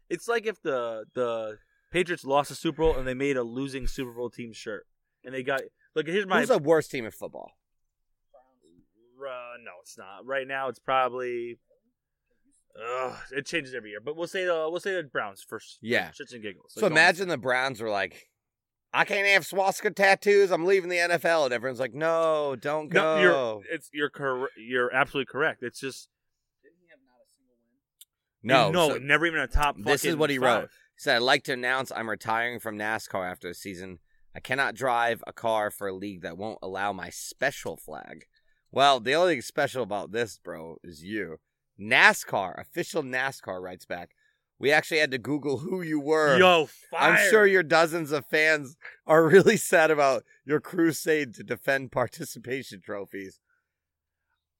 Speaker 3: it's like if the the Patriots lost the Super Bowl and they made a losing Super Bowl team shirt and they got look. Here's my
Speaker 4: Who's the worst team in football?
Speaker 3: Uh, no, it's not. Right now, it's probably. Ugh, it changes every year, but we'll say the we'll say the Browns first.
Speaker 4: Yeah.
Speaker 3: shits and giggles. Like,
Speaker 4: So
Speaker 3: don't-
Speaker 4: imagine the Browns were like, I can't have swastika tattoos. I'm leaving the NFL. And everyone's like, no, don't go.
Speaker 3: No, you're it's you're cor- you're absolutely correct. It's just
Speaker 6: Didn't he have not a single win?
Speaker 4: no,
Speaker 3: no,
Speaker 4: so-
Speaker 3: never even a top.
Speaker 4: this is
Speaker 3: fucking
Speaker 4: what he
Speaker 3: five.
Speaker 4: wrote. He said, I'd like to announce I'm retiring from NASCAR after the season. I cannot drive a car for a league that won't allow my special flag. Well, the only thing special about this, bro, is you. NASCAR, official NASCAR writes back. We actually had to Google who you were.
Speaker 3: Yo,
Speaker 4: I'm
Speaker 3: fire.
Speaker 4: sure your dozens of fans are really sad about your crusade to defend participation trophies.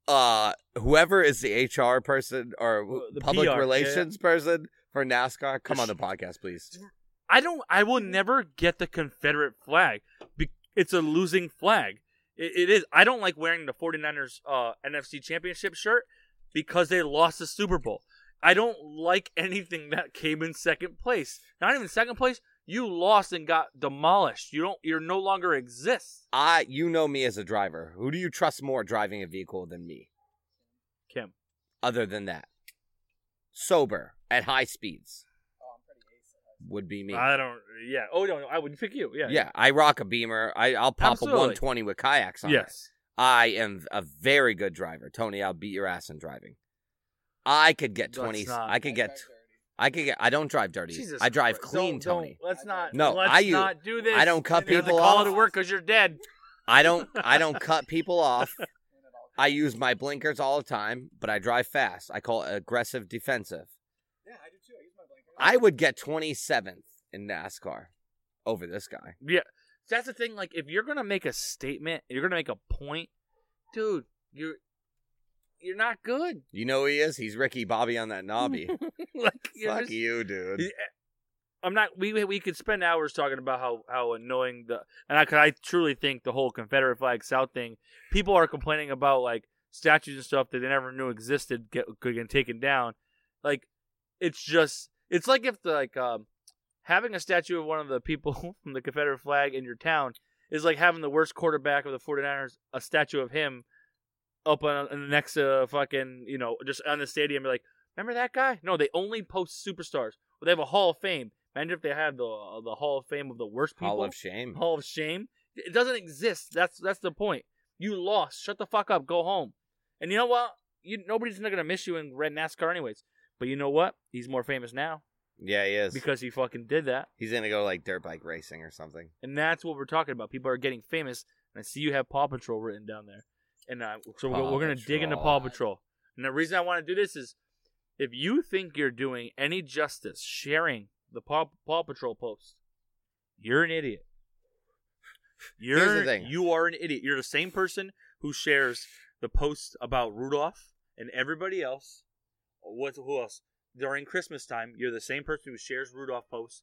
Speaker 4: Uh, whoever is the HR person or wh-
Speaker 3: Uh, the
Speaker 4: public
Speaker 3: PR, yeah, yeah.
Speaker 4: relations person for NASCAR, come on the podcast, please.
Speaker 3: I don't. I will never get the Confederate flag. Be- it's a losing flag. It, it is. I don't like wearing the 49ers uh, NFC Championship shirt because they lost the Super Bowl. I don't like anything that came in second place. Not even second place. You lost and got demolished. You don't. You're no longer exists.
Speaker 4: I, you know me as a driver. Who do you trust more driving a vehicle than me?
Speaker 3: Kim.
Speaker 4: Other than that, sober at high speeds
Speaker 6: Oh, I'm pretty ace at that.
Speaker 4: would be me.
Speaker 3: I don't. Uh, Yeah. Oh no. no I would pick you. Yeah.
Speaker 4: yeah, I rock a Beamer. I, I'll pop
Speaker 3: Absolutely.
Speaker 4: a 120 with kayaks on it.
Speaker 3: Yes.
Speaker 4: I am a very good driver, Tony. I'll beat your ass in driving. I could get
Speaker 3: That's
Speaker 4: twenty.
Speaker 3: not-
Speaker 4: I could get. I could get. I don't drive dirty.
Speaker 3: Jesus.
Speaker 4: I drive
Speaker 3: Christ.
Speaker 4: clean,
Speaker 3: Don't- don't-
Speaker 4: Tony.
Speaker 3: let's not.
Speaker 4: No,
Speaker 3: Let's
Speaker 4: I u-
Speaker 3: not do this.
Speaker 4: I don't cut
Speaker 3: You have to
Speaker 4: people
Speaker 3: call
Speaker 4: off.
Speaker 3: to work because you're dead.
Speaker 4: I don't.
Speaker 3: *laughs*
Speaker 4: I don't cut people off. *laughs* I use my blinkers all the time, but I drive fast. I call it aggressive defensive.
Speaker 6: Yeah, I do too. I use my blanket. Oh,
Speaker 4: I would get twenty seventh in NASCAR over this guy.
Speaker 3: Yeah. That's the thing, like if you're gonna make a statement, you're gonna make a point, dude, you're you're not good.
Speaker 4: You know who he is? He's Ricky Bobby on that knobby.
Speaker 3: *laughs* like you're
Speaker 4: Fuck
Speaker 3: just-
Speaker 4: you, dude.
Speaker 3: I'm not we we could spend hours talking about how how annoying the and I cause I truly think the whole Confederate flag south thing, people are complaining about like statues and stuff that they never knew existed get getting taken down. Like it's just it's like if the like um having a statue of one of the people *laughs* from the Confederate flag in your town is like having the worst quarterback of the 49ers a statue of him up on, on the next uh, fucking you know just on the stadium be like remember that guy no they only post superstars well, they have a hall of fame imagine if they had the uh, the hall of fame of the worst people
Speaker 4: Hall of shame.
Speaker 3: hall of shame it doesn't exist that's that's the point you lost shut the fuck up go home and you know what you nobody's not gonna miss you in red nascar anyways but you know what he's more famous now
Speaker 4: Yeah, he is.
Speaker 3: because he fucking did that
Speaker 4: He's gonna go like dirt bike racing or something.
Speaker 3: and that's what we're talking about. People are getting famous, and I see you have Paw Patrol written down there. And uh, so we're,
Speaker 4: Paw
Speaker 3: we're going to dig into Paw
Speaker 4: Patrol.
Speaker 3: Patrol. And the reason I want to do this is if you think you're doing any justice sharing the Paw, Paw Patrol post, you're an idiot. You're,
Speaker 4: Here's the thing.
Speaker 3: You are an idiot. You're the same person who shares the post about Rudolph and everybody else. What? Who else? During Christmas time, you're the same person who shares Rudolph posts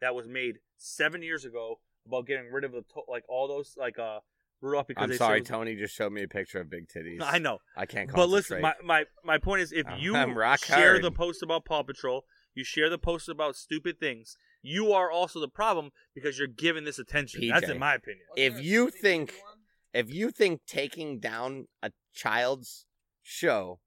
Speaker 3: that was made seven years ago about getting rid of the to- like all those like uh Rudolph because
Speaker 4: I'm
Speaker 3: they said
Speaker 4: sorry,
Speaker 3: it was-
Speaker 4: Tony just showed me a picture of big titties.
Speaker 3: I know,
Speaker 4: I can't.
Speaker 3: but listen, my,
Speaker 4: concentrate.
Speaker 3: my my point is if
Speaker 4: I'm-
Speaker 3: you
Speaker 4: I'm *laughs* rock
Speaker 3: share
Speaker 4: hard.
Speaker 3: the post about Paw Patrol, you share the post about stupid things, you are also the problem because you're giving this attention.
Speaker 4: PJ.
Speaker 3: That's in my opinion.
Speaker 6: Wasn't
Speaker 4: if
Speaker 6: there a
Speaker 4: you
Speaker 6: 60
Speaker 4: think-
Speaker 6: one?
Speaker 4: if you think taking down a child's show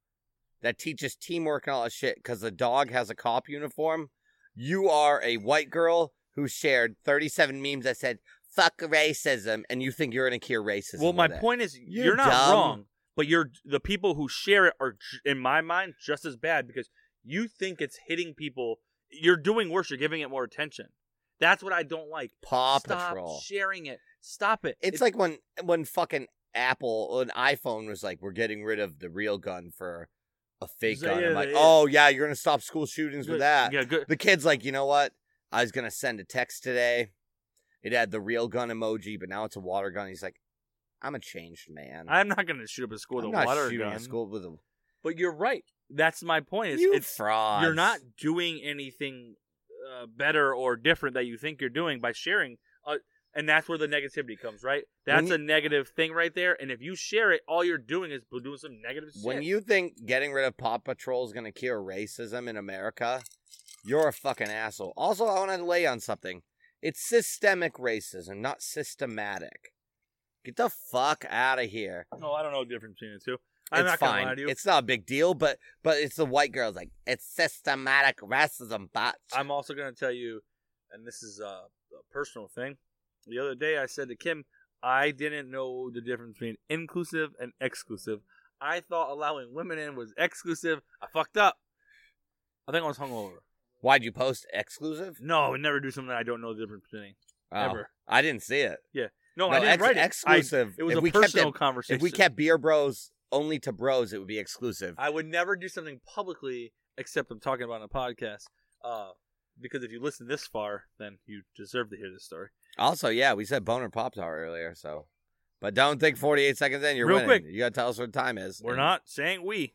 Speaker 4: that teaches teamwork and all that shit because the dog has a cop uniform, you are a white girl who shared 37 memes that said "fuck racism" and you think you're gonna cure racism.
Speaker 3: Well, my
Speaker 4: with it.
Speaker 3: point is you're,
Speaker 4: You're
Speaker 3: not
Speaker 4: dumb.
Speaker 3: wrong, but you're the people who share it are j- in my mind just as bad because you think it's hitting people. You're doing worse. You're giving it more attention. That's what I don't like.
Speaker 4: Paw
Speaker 3: Stop
Speaker 4: Patrol.
Speaker 3: sharing it. Stop it.
Speaker 4: It's like when when fucking Apple, an iPhone was like, "We're getting rid of the real gun for a fake
Speaker 3: Yeah,
Speaker 4: gun.
Speaker 3: yeah,
Speaker 4: I'm like,
Speaker 3: yeah.
Speaker 4: oh yeah, you're gonna stop school shootings with
Speaker 3: Good-
Speaker 4: that.
Speaker 3: Yeah, good.
Speaker 4: The kid's like, you know what? I was gonna send a text today. It had the real gun emoji, but now it's a water gun. He's like, I'm a changed man.
Speaker 3: I'm not going to shoot up a school
Speaker 4: I'm
Speaker 3: with a
Speaker 4: not
Speaker 3: water
Speaker 4: shooting
Speaker 3: gun.
Speaker 4: at school with a
Speaker 3: But you're right. That's my point. It's,
Speaker 4: you
Speaker 3: it's
Speaker 4: frauds.
Speaker 3: you're not doing anything uh, better or different that you think you're doing by sharing uh, and that's where the negativity comes right
Speaker 4: When
Speaker 3: that's
Speaker 4: you-
Speaker 3: a negative thing right there and if you share it all you're doing is doing some negative shit
Speaker 4: When you think getting rid of Paw Patrol is going to cure racism in America, you're a fucking asshole. Also, I want to lay on something. It's systemic racism, not systematic. Get the fuck out of here.
Speaker 3: no i don't know the difference between the two i'm
Speaker 4: It's
Speaker 3: not gonna
Speaker 4: fine.
Speaker 3: lie to you
Speaker 4: It's not a big deal, but but it's the white girls like it's systematic racism, but
Speaker 3: i'm also gonna tell you and this is a, a personal thing the other day i said to kim i didn't know the difference between inclusive and exclusive i thought allowing women in was exclusive i fucked up i think i was hungover
Speaker 4: why'd you post exclusive?
Speaker 3: No, I would never do something that I don't know the difference between.
Speaker 4: Oh,
Speaker 3: Ever.
Speaker 4: I didn't see it.
Speaker 3: No,
Speaker 4: No,
Speaker 3: I didn't
Speaker 4: ex-
Speaker 3: write it.
Speaker 4: exclusive.
Speaker 3: I, it was
Speaker 4: If
Speaker 3: a
Speaker 4: we kept
Speaker 3: personal
Speaker 4: it-
Speaker 3: conversation.
Speaker 4: If we kept beer bros only to bros, it would be exclusive.
Speaker 3: I would never do something publicly except I'm talking about on a podcast. Uh, because if you listen this far, then you deserve to hear this story.
Speaker 4: Also, yeah, we said boner pop tart earlier, so. But don't think 48 seconds in, you're
Speaker 3: Real
Speaker 4: winning.
Speaker 3: quick.
Speaker 4: You gotta tell us what time is.
Speaker 3: We're
Speaker 4: And
Speaker 3: not saying we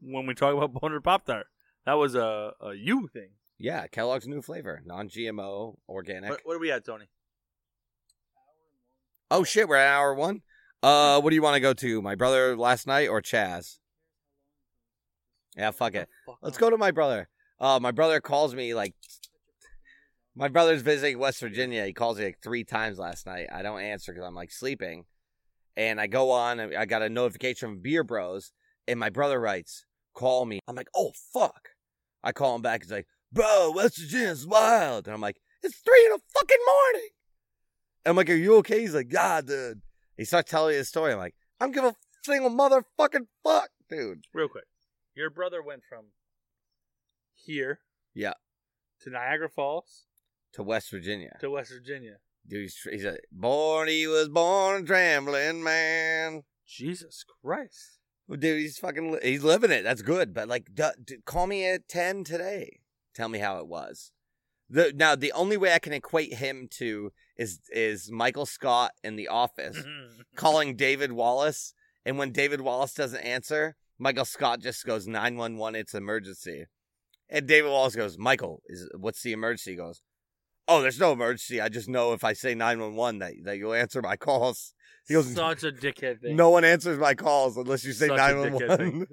Speaker 3: when we talk about boner pop tart. That was a, a you thing.
Speaker 4: Yeah, Kellogg's new flavor, non-GMO, organic.
Speaker 3: What, what are we at, Tony?
Speaker 4: oh shit, we're at hour one. Uh, what do you want to go to? My brother last night or Chaz? Yeah, Ah, fuck it. Let's go to my brother. Uh, my brother calls me like. My brother's visiting West Virginia. He calls me like three times last night. I don't answer because I'm like sleeping, and I go on. And I got a notification from Beer Bros, and my brother writes, "Call me." I'm like, "Oh fuck!" I call him back. He's like, "Bro, West Virginia's wild," and I'm like, "It's three in the fucking morning." I'm like, "Are you okay?" He's like, "Yeah, dude." He starts telling me his story. I'm like, "I'm giving a single motherfucking fuck, dude."
Speaker 3: Real quick. Your brother went from here
Speaker 4: Yeah,
Speaker 3: to Niagara Falls
Speaker 4: to West Virginia.
Speaker 3: to West Virginia.
Speaker 4: Dude, he's, he's a born. He was born a trembling man.
Speaker 3: Jesus Christ.
Speaker 4: Well, Dude, he's fucking. Li- he's living it. That's good. But like, duh, d- call me at ten today. Tell me how it was. The now the only way I can equate him to is is Michael Scott in The Office
Speaker 3: Mm-hmm.
Speaker 4: calling David Wallace, and when David Wallace doesn't answer, Michael Scott just goes nine one one. It's emergency, and David Wallace goes, Michael, is what's the emergency? He goes, oh, there's no emergency. I just know if I say nine one one that that you'll answer my calls. He goes,
Speaker 3: Such a dickhead thing.
Speaker 4: no one answers my calls unless you say
Speaker 3: Such a dickhead *laughs*
Speaker 4: 911.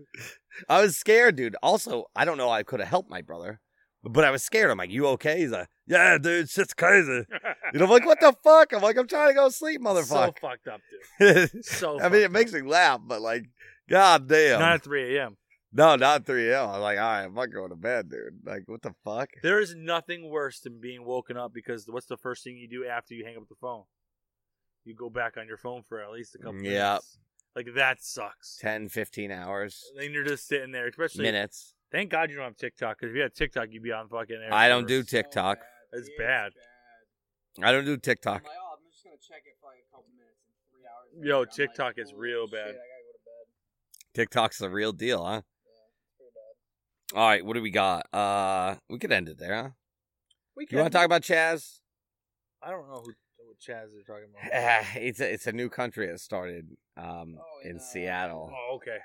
Speaker 4: I was scared, dude. Also, I don't know how I could have helped my brother, but I was scared. I'm like, you okay? He's like, yeah, dude, shit's crazy. You know, I'm like, what the fuck? I'm like, I'm trying to go to sleep,
Speaker 3: So
Speaker 4: motherfucker.
Speaker 3: fucked up, dude.
Speaker 4: *laughs*
Speaker 3: So
Speaker 4: I mean,
Speaker 3: fucked
Speaker 4: it makes me laugh, but like, god damn.
Speaker 3: Oh, Not at 3 a.m.
Speaker 4: no, not 3 a.m. I'm like, all right, I'm not going to bed, dude. Like, what the fuck?
Speaker 3: There is nothing worse than being woken up because what's the first thing you do after you hang up the phone? You go back on your phone for at least a couple
Speaker 4: Mm, Yeah.
Speaker 3: minutes. Like, that sucks.
Speaker 4: 10, 15 hours,
Speaker 3: And then you're just sitting there, especially.
Speaker 4: minutes.
Speaker 3: Thank God you don't have TikTok because if you had TikTok, you'd be on fucking there.
Speaker 4: I don't
Speaker 3: for-
Speaker 4: do TikTok.
Speaker 3: It's bad.
Speaker 4: I don't do
Speaker 6: I'm
Speaker 4: TikTok.
Speaker 6: like, oh, I'm just gonna check it for like a couple minutes in three hours.
Speaker 3: Yo,
Speaker 6: later, I'm like,
Speaker 3: TikTok is
Speaker 6: holy
Speaker 3: real
Speaker 6: shit,
Speaker 3: bad.
Speaker 6: I gotta go to bed.
Speaker 4: TikTok's the real deal, huh?
Speaker 6: Yeah, it's pretty bad.
Speaker 4: All right, what do we got? Uh, we could end it there, huh?
Speaker 3: We
Speaker 4: You want to talk about Chaz?
Speaker 3: I don't know who, who Chaz is talking about.
Speaker 4: Uh, *laughs* it's a, it's a new country that started um,
Speaker 6: Oh,
Speaker 4: in
Speaker 6: in, uh,
Speaker 4: Seattle,
Speaker 3: oh, okay.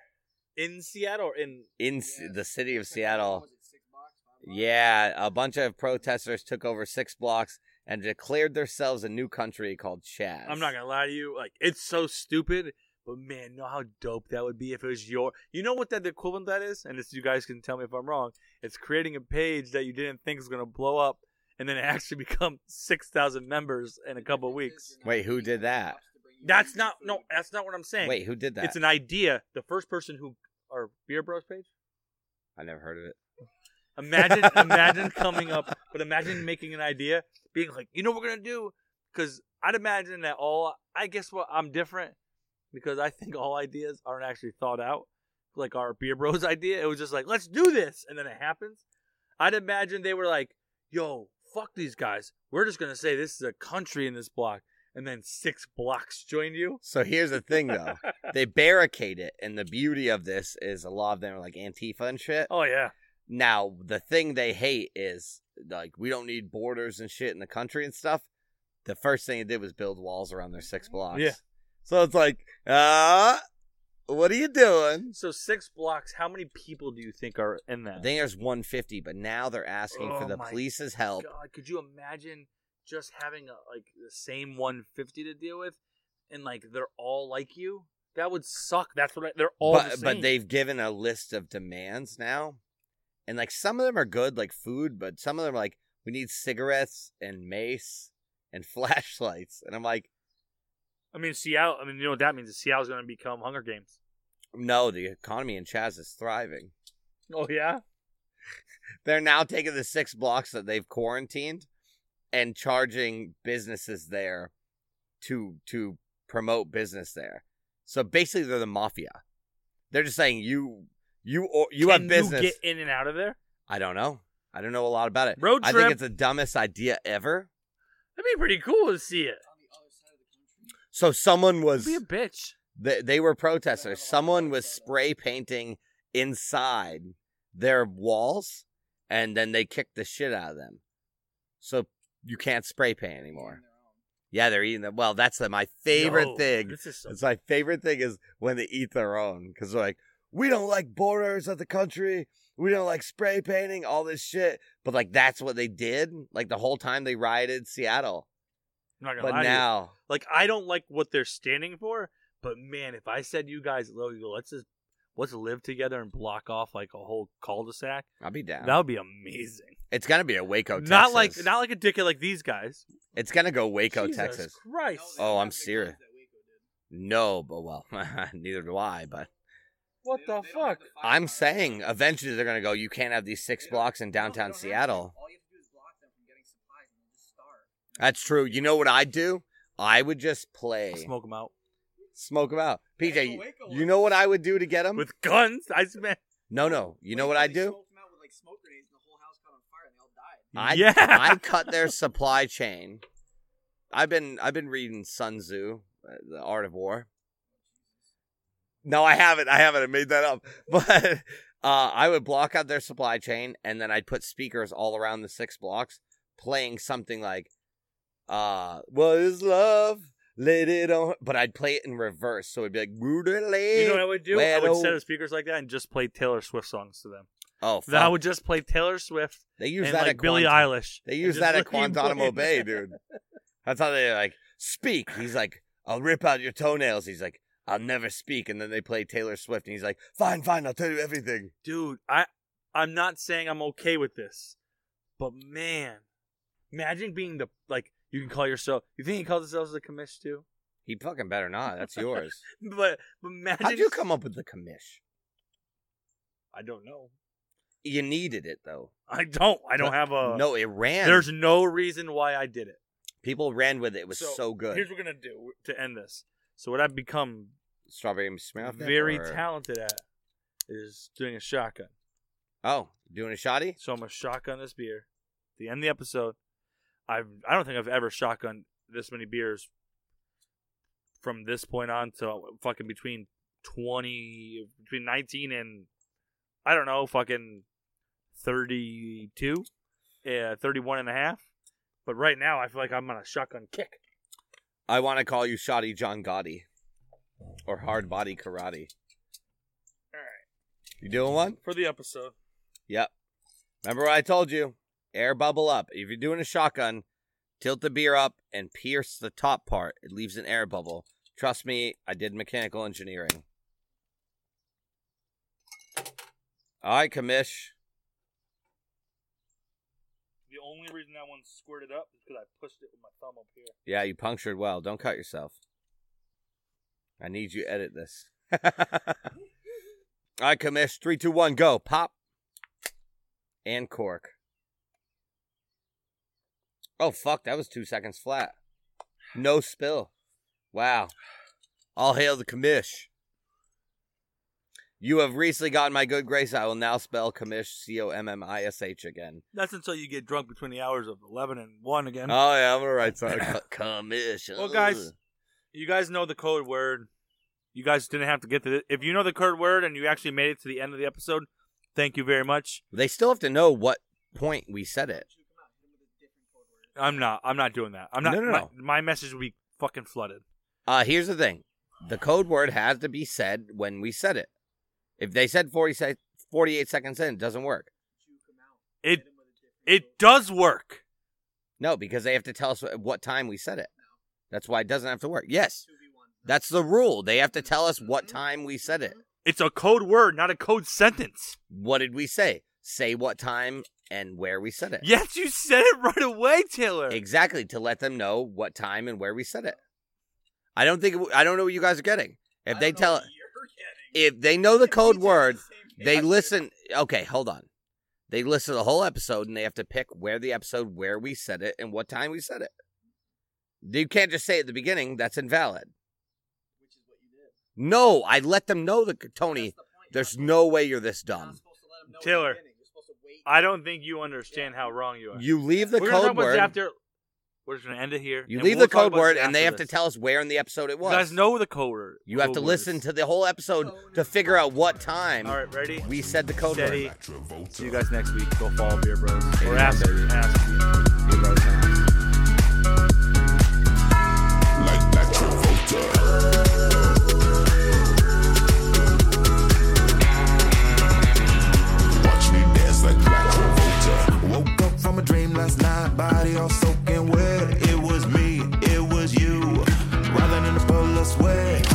Speaker 3: In Seattle or in.
Speaker 4: in S
Speaker 6: Yeah.
Speaker 4: the city of
Speaker 6: Check it out,
Speaker 4: Seattle.
Speaker 6: what was it, six bucks, five bucks?
Speaker 4: Yeah, a bunch of protesters took over six blocks and declared themselves a new country called Chaz.
Speaker 3: I'm not gonna lie to you. Like it's so stupid, but man, know how dope that would be if it was your. You know what that the equivalent that is, and this you guys can tell me if I'm wrong. It's creating a page that you didn't think was gonna blow up, and then it *laughs* actually become six thousand members in a couple weeks.
Speaker 4: Wait, who did that?
Speaker 3: That's not no. That's not what I'm saying.
Speaker 4: Wait, who did that?
Speaker 3: it's an idea. The first person who or Beer Bros page.
Speaker 4: I never heard of it. *laughs*
Speaker 3: Imagine, imagine coming up, but imagine making an idea, being like, you know, what we're gonna do, because I'd imagine that all. I guess what I'm different because I think all ideas aren't actually thought out. Like our beer bros *laughs* idea, it was just like, let's do this, and then it happens. I'd imagine they were like, yo, fuck these guys. We're just gonna say this is a country in this block, and then six blocks join you.
Speaker 4: So here's the thing, though. they barricade it, and the beauty of this is a lot of them are like Antifa and shit.
Speaker 3: *laughs* Oh yeah,
Speaker 4: Now, the thing they hate is like we don't need borders and shit in the country and stuff. The first thing it did was build walls around their six blocks.
Speaker 3: Yeah.
Speaker 4: So it's like, uh, what are you doing?
Speaker 3: so six blocks. How many people do you think are in
Speaker 4: I
Speaker 3: that?
Speaker 4: think there's 150, but now they're asking for
Speaker 3: Oh
Speaker 4: the
Speaker 3: my
Speaker 4: police's help.
Speaker 3: God, could you imagine just having a, like the same 150 to deal with, and like they're all like you? That would suck. That's what I, they're all.
Speaker 4: but
Speaker 3: the same.
Speaker 4: but they've given a list of demands now, and like some of them are good, like food, but some of them are like we need cigarettes and mace and *laughs* flashlights, and I'm like,
Speaker 3: I mean, Seattle. I mean, you know what that means? Is Seattle's going to become Hunger Games?
Speaker 4: no, the economy in Chaz is thriving.
Speaker 3: Oh yeah.
Speaker 4: They're now taking the six blocks that they've quarantined and charging businesses there to to promote business there. So basically, they're the mafia. They're just saying you you or you
Speaker 3: Can
Speaker 4: have business.
Speaker 3: You get in and out of there.
Speaker 4: I don't know. I don't know a lot about it.
Speaker 3: Road
Speaker 4: I
Speaker 3: trip.
Speaker 4: think it's the dumbest idea ever.
Speaker 3: That'd be pretty cool to see it.
Speaker 6: on the other side of the country.
Speaker 4: So someone was
Speaker 3: Be a bitch.
Speaker 4: they, they were protesters. Someone was spray painting inside their walls, and then they kicked the shit out of them. So you can't spray paint anymore. Yeah, they're eating them. Well, that's the, my favorite
Speaker 3: Yo,
Speaker 4: thing.
Speaker 3: This is so
Speaker 4: It's my favorite thing is when they eat their own because they're like, we don't like borders of the country. We don't like spray painting, all this shit. But like that's what they did. Like the whole time they rioted Seattle.
Speaker 3: I'm not gonna lie
Speaker 4: But
Speaker 3: to you.
Speaker 4: now
Speaker 3: like I don't like what they're standing for, but man, if I said you guys, "Look, let's just let's live together and block off like a whole cul-de-sac,
Speaker 4: I'll be down.
Speaker 3: that would be amazing.
Speaker 4: It's gonna be a Waco, Texas.
Speaker 3: not like not like a dickhead like these guys.
Speaker 4: It's gonna go Waco,
Speaker 3: Jesus
Speaker 4: Texas.
Speaker 3: Christ.
Speaker 6: No, they
Speaker 4: Oh,
Speaker 6: don't
Speaker 4: I'm
Speaker 6: have the guns
Speaker 4: serious.
Speaker 6: that Waco did.
Speaker 4: No, but well, *laughs* neither do I. But
Speaker 3: what
Speaker 6: They
Speaker 3: the
Speaker 6: don't- they don't have
Speaker 3: fuck?
Speaker 6: the
Speaker 4: I'm
Speaker 6: firearms.
Speaker 4: saying eventually they're gonna go. You can't have these six
Speaker 6: They don't-
Speaker 4: blocks in
Speaker 6: no, they
Speaker 4: downtown
Speaker 6: don't have to.
Speaker 4: Seattle.
Speaker 6: All you have to do is block them from getting supplies and they'll just starve.
Speaker 4: That's true. You know what I do? I would just play
Speaker 3: I'll smoke them out
Speaker 4: smoke them out. PJ, you-
Speaker 6: Waco
Speaker 4: you
Speaker 6: was-
Speaker 4: know what I would do to get them?
Speaker 3: with guns. I smack.
Speaker 4: No, no. You know what I do?
Speaker 6: Smoked them out with like smoke grenades, and the whole house caught on fire, and they all died.
Speaker 4: I
Speaker 3: yeah.
Speaker 4: I cut their supply chain. I've been I've been reading Sun Tzu, uh, The Art of War. No, I haven't. I haven't. I made that up. *laughs* But uh, I would block out their supply chain, and then I'd put speakers all around the six blocks, playing something like, uh, "What is love?" Let it on. But I'd play it in reverse, so it'd be
Speaker 3: *laughs*
Speaker 4: like,
Speaker 3: you know what I would do? I would
Speaker 4: Well-
Speaker 3: set up speakers like that and just play Taylor Swift songs to them.
Speaker 4: "Oh,
Speaker 3: Then I
Speaker 4: fuck.
Speaker 3: would just play Taylor Swift
Speaker 4: they use
Speaker 3: and
Speaker 4: that
Speaker 3: like
Speaker 4: at
Speaker 3: Billie
Speaker 4: Guantan-
Speaker 3: Eilish.
Speaker 4: They
Speaker 3: and
Speaker 4: use
Speaker 3: just
Speaker 4: that
Speaker 3: let
Speaker 4: at
Speaker 3: you play
Speaker 4: Guantanamo
Speaker 3: it.
Speaker 4: Bay, dude. That's how they like speak. He's like, I'll rip out your toenails. He's like, I'll never speak. And then they play Taylor Swift, and he's like, Fine, fine, I'll tell you everything.
Speaker 3: dude i i'm not saying i'm okay with this but man imagine being the like you can call yourself you think he calls himself the commish too
Speaker 4: He fucking better not. That's yours.
Speaker 3: but but imagine
Speaker 4: *laughs* How'd you come up with the commish?
Speaker 3: i don't know
Speaker 4: You needed it though.
Speaker 3: i don't i don't have a
Speaker 4: no, it ran.
Speaker 3: Uh, there's no reason why i did it
Speaker 4: People ran with it. It was so, good.
Speaker 3: here's what we're gonna do to end this so what i've become
Speaker 4: Strawberry Smurf.
Speaker 3: very
Speaker 4: or-
Speaker 3: talented at is doing a shotgun
Speaker 4: Oh, doing a shoddy?
Speaker 3: so i'm gonna shotgun this beer at the end of the episode i've i don't think i've ever shotgunned this many beers from this point on to uh, fucking between 20 between 19 and i don't know fucking 32 yeah 31 and a half but right now i feel like i'm on a shotgun kick
Speaker 4: I want to call you shoddy John Gotti, or hard body karate.
Speaker 3: all right
Speaker 4: You doing one?
Speaker 3: for the episode
Speaker 4: Yep. Remember what I told you? Air bubble up. If you're doing a shotgun, tilt the beer up and pierce the top part. It leaves an air bubble. Trust me, I did mechanical engineering. All right, commish.
Speaker 3: the only reason that one squirted up is because i pushed it with my thumb up here
Speaker 4: Yeah, you punctured well. Don't cut yourself. I need you to edit
Speaker 3: *laughs*
Speaker 4: this. All right, commish. Three, two, one, go. Pop and cork. Oh fuck, that was two seconds flat. No spill. Wow. All hail the commish. You have recently gotten my good grace. I will now spell commish C O M M I S H again.
Speaker 7: That's until you get drunk between the hours of 11 and 1 again.
Speaker 4: Oh yeah, I'm gonna
Speaker 3: *laughs*
Speaker 4: write something. Co- commish.
Speaker 3: Well, guys, you guys know the code word. You guys didn't have to get to it. If you know the code word and you actually made it to the end of the episode, thank you very much.
Speaker 4: they still have to know what point we said it.
Speaker 3: I'm not. I'm not doing that. I'm not.
Speaker 4: No, no,
Speaker 3: my,
Speaker 4: no.
Speaker 3: my message will be fucking flooded.
Speaker 4: Uh, here's the thing: the code word has to be said when we said it. If they said 40 sec 48 seconds in, it doesn't work.
Speaker 3: It it does work.
Speaker 4: No, because they have to tell us at what time we said it. That's why it doesn't have to work. Yes, that's the rule. They have to tell us what time we said it.
Speaker 3: It's a code word, not a code sentence.
Speaker 4: What did we say? Say what time and where we said it.
Speaker 3: Yes, you said it right away, Taylor.
Speaker 4: Exactly to let them know what time and where we said it. I don't think I don't know what you guys are getting. If they tell if they know the code word, they listen. Okay, hold on. They listen to the whole episode and they have to pick where the episode where we said it and what time we said it. You can't just say at the beginning. That's invalid. No, I let them know that Tony. There's no way you're this dumb.
Speaker 3: Taylor, I don't think you understand how wrong you are.
Speaker 4: You leave the
Speaker 3: We're gonna talk
Speaker 4: code
Speaker 3: about this
Speaker 4: word.
Speaker 3: after. We're just gonna end it here.
Speaker 4: you
Speaker 3: and
Speaker 4: leave
Speaker 3: we'll
Speaker 4: the
Speaker 3: talk
Speaker 4: code
Speaker 3: about
Speaker 4: word,
Speaker 3: this
Speaker 4: and they
Speaker 3: after
Speaker 4: have
Speaker 3: this.
Speaker 4: to tell us where in the episode it
Speaker 3: You
Speaker 4: was.
Speaker 3: guys know the code word.
Speaker 4: You have to
Speaker 3: code word
Speaker 4: listen
Speaker 3: is.
Speaker 4: to the whole episode to figure out what time
Speaker 3: All right, ready?
Speaker 4: we said the code
Speaker 3: Steady.
Speaker 4: word.
Speaker 3: See you guys next week. Go follow Beer Bros.
Speaker 4: Hey,
Speaker 3: Or ask,
Speaker 4: baby.
Speaker 3: ask.
Speaker 4: Here goes now.
Speaker 2: like Black Travolta. Watch me dance like Black Travolta.
Speaker 1: Woke up from a dream last night, body all soaking wet. It was me, it was you, rolling in a pool of sweat.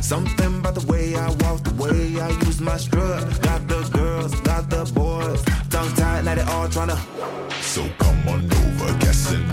Speaker 1: Something about the way I walk, the way I use my strut. Got the girls, got the boys, tongue tied, now they all tryna.
Speaker 2: So come on over, Casanova.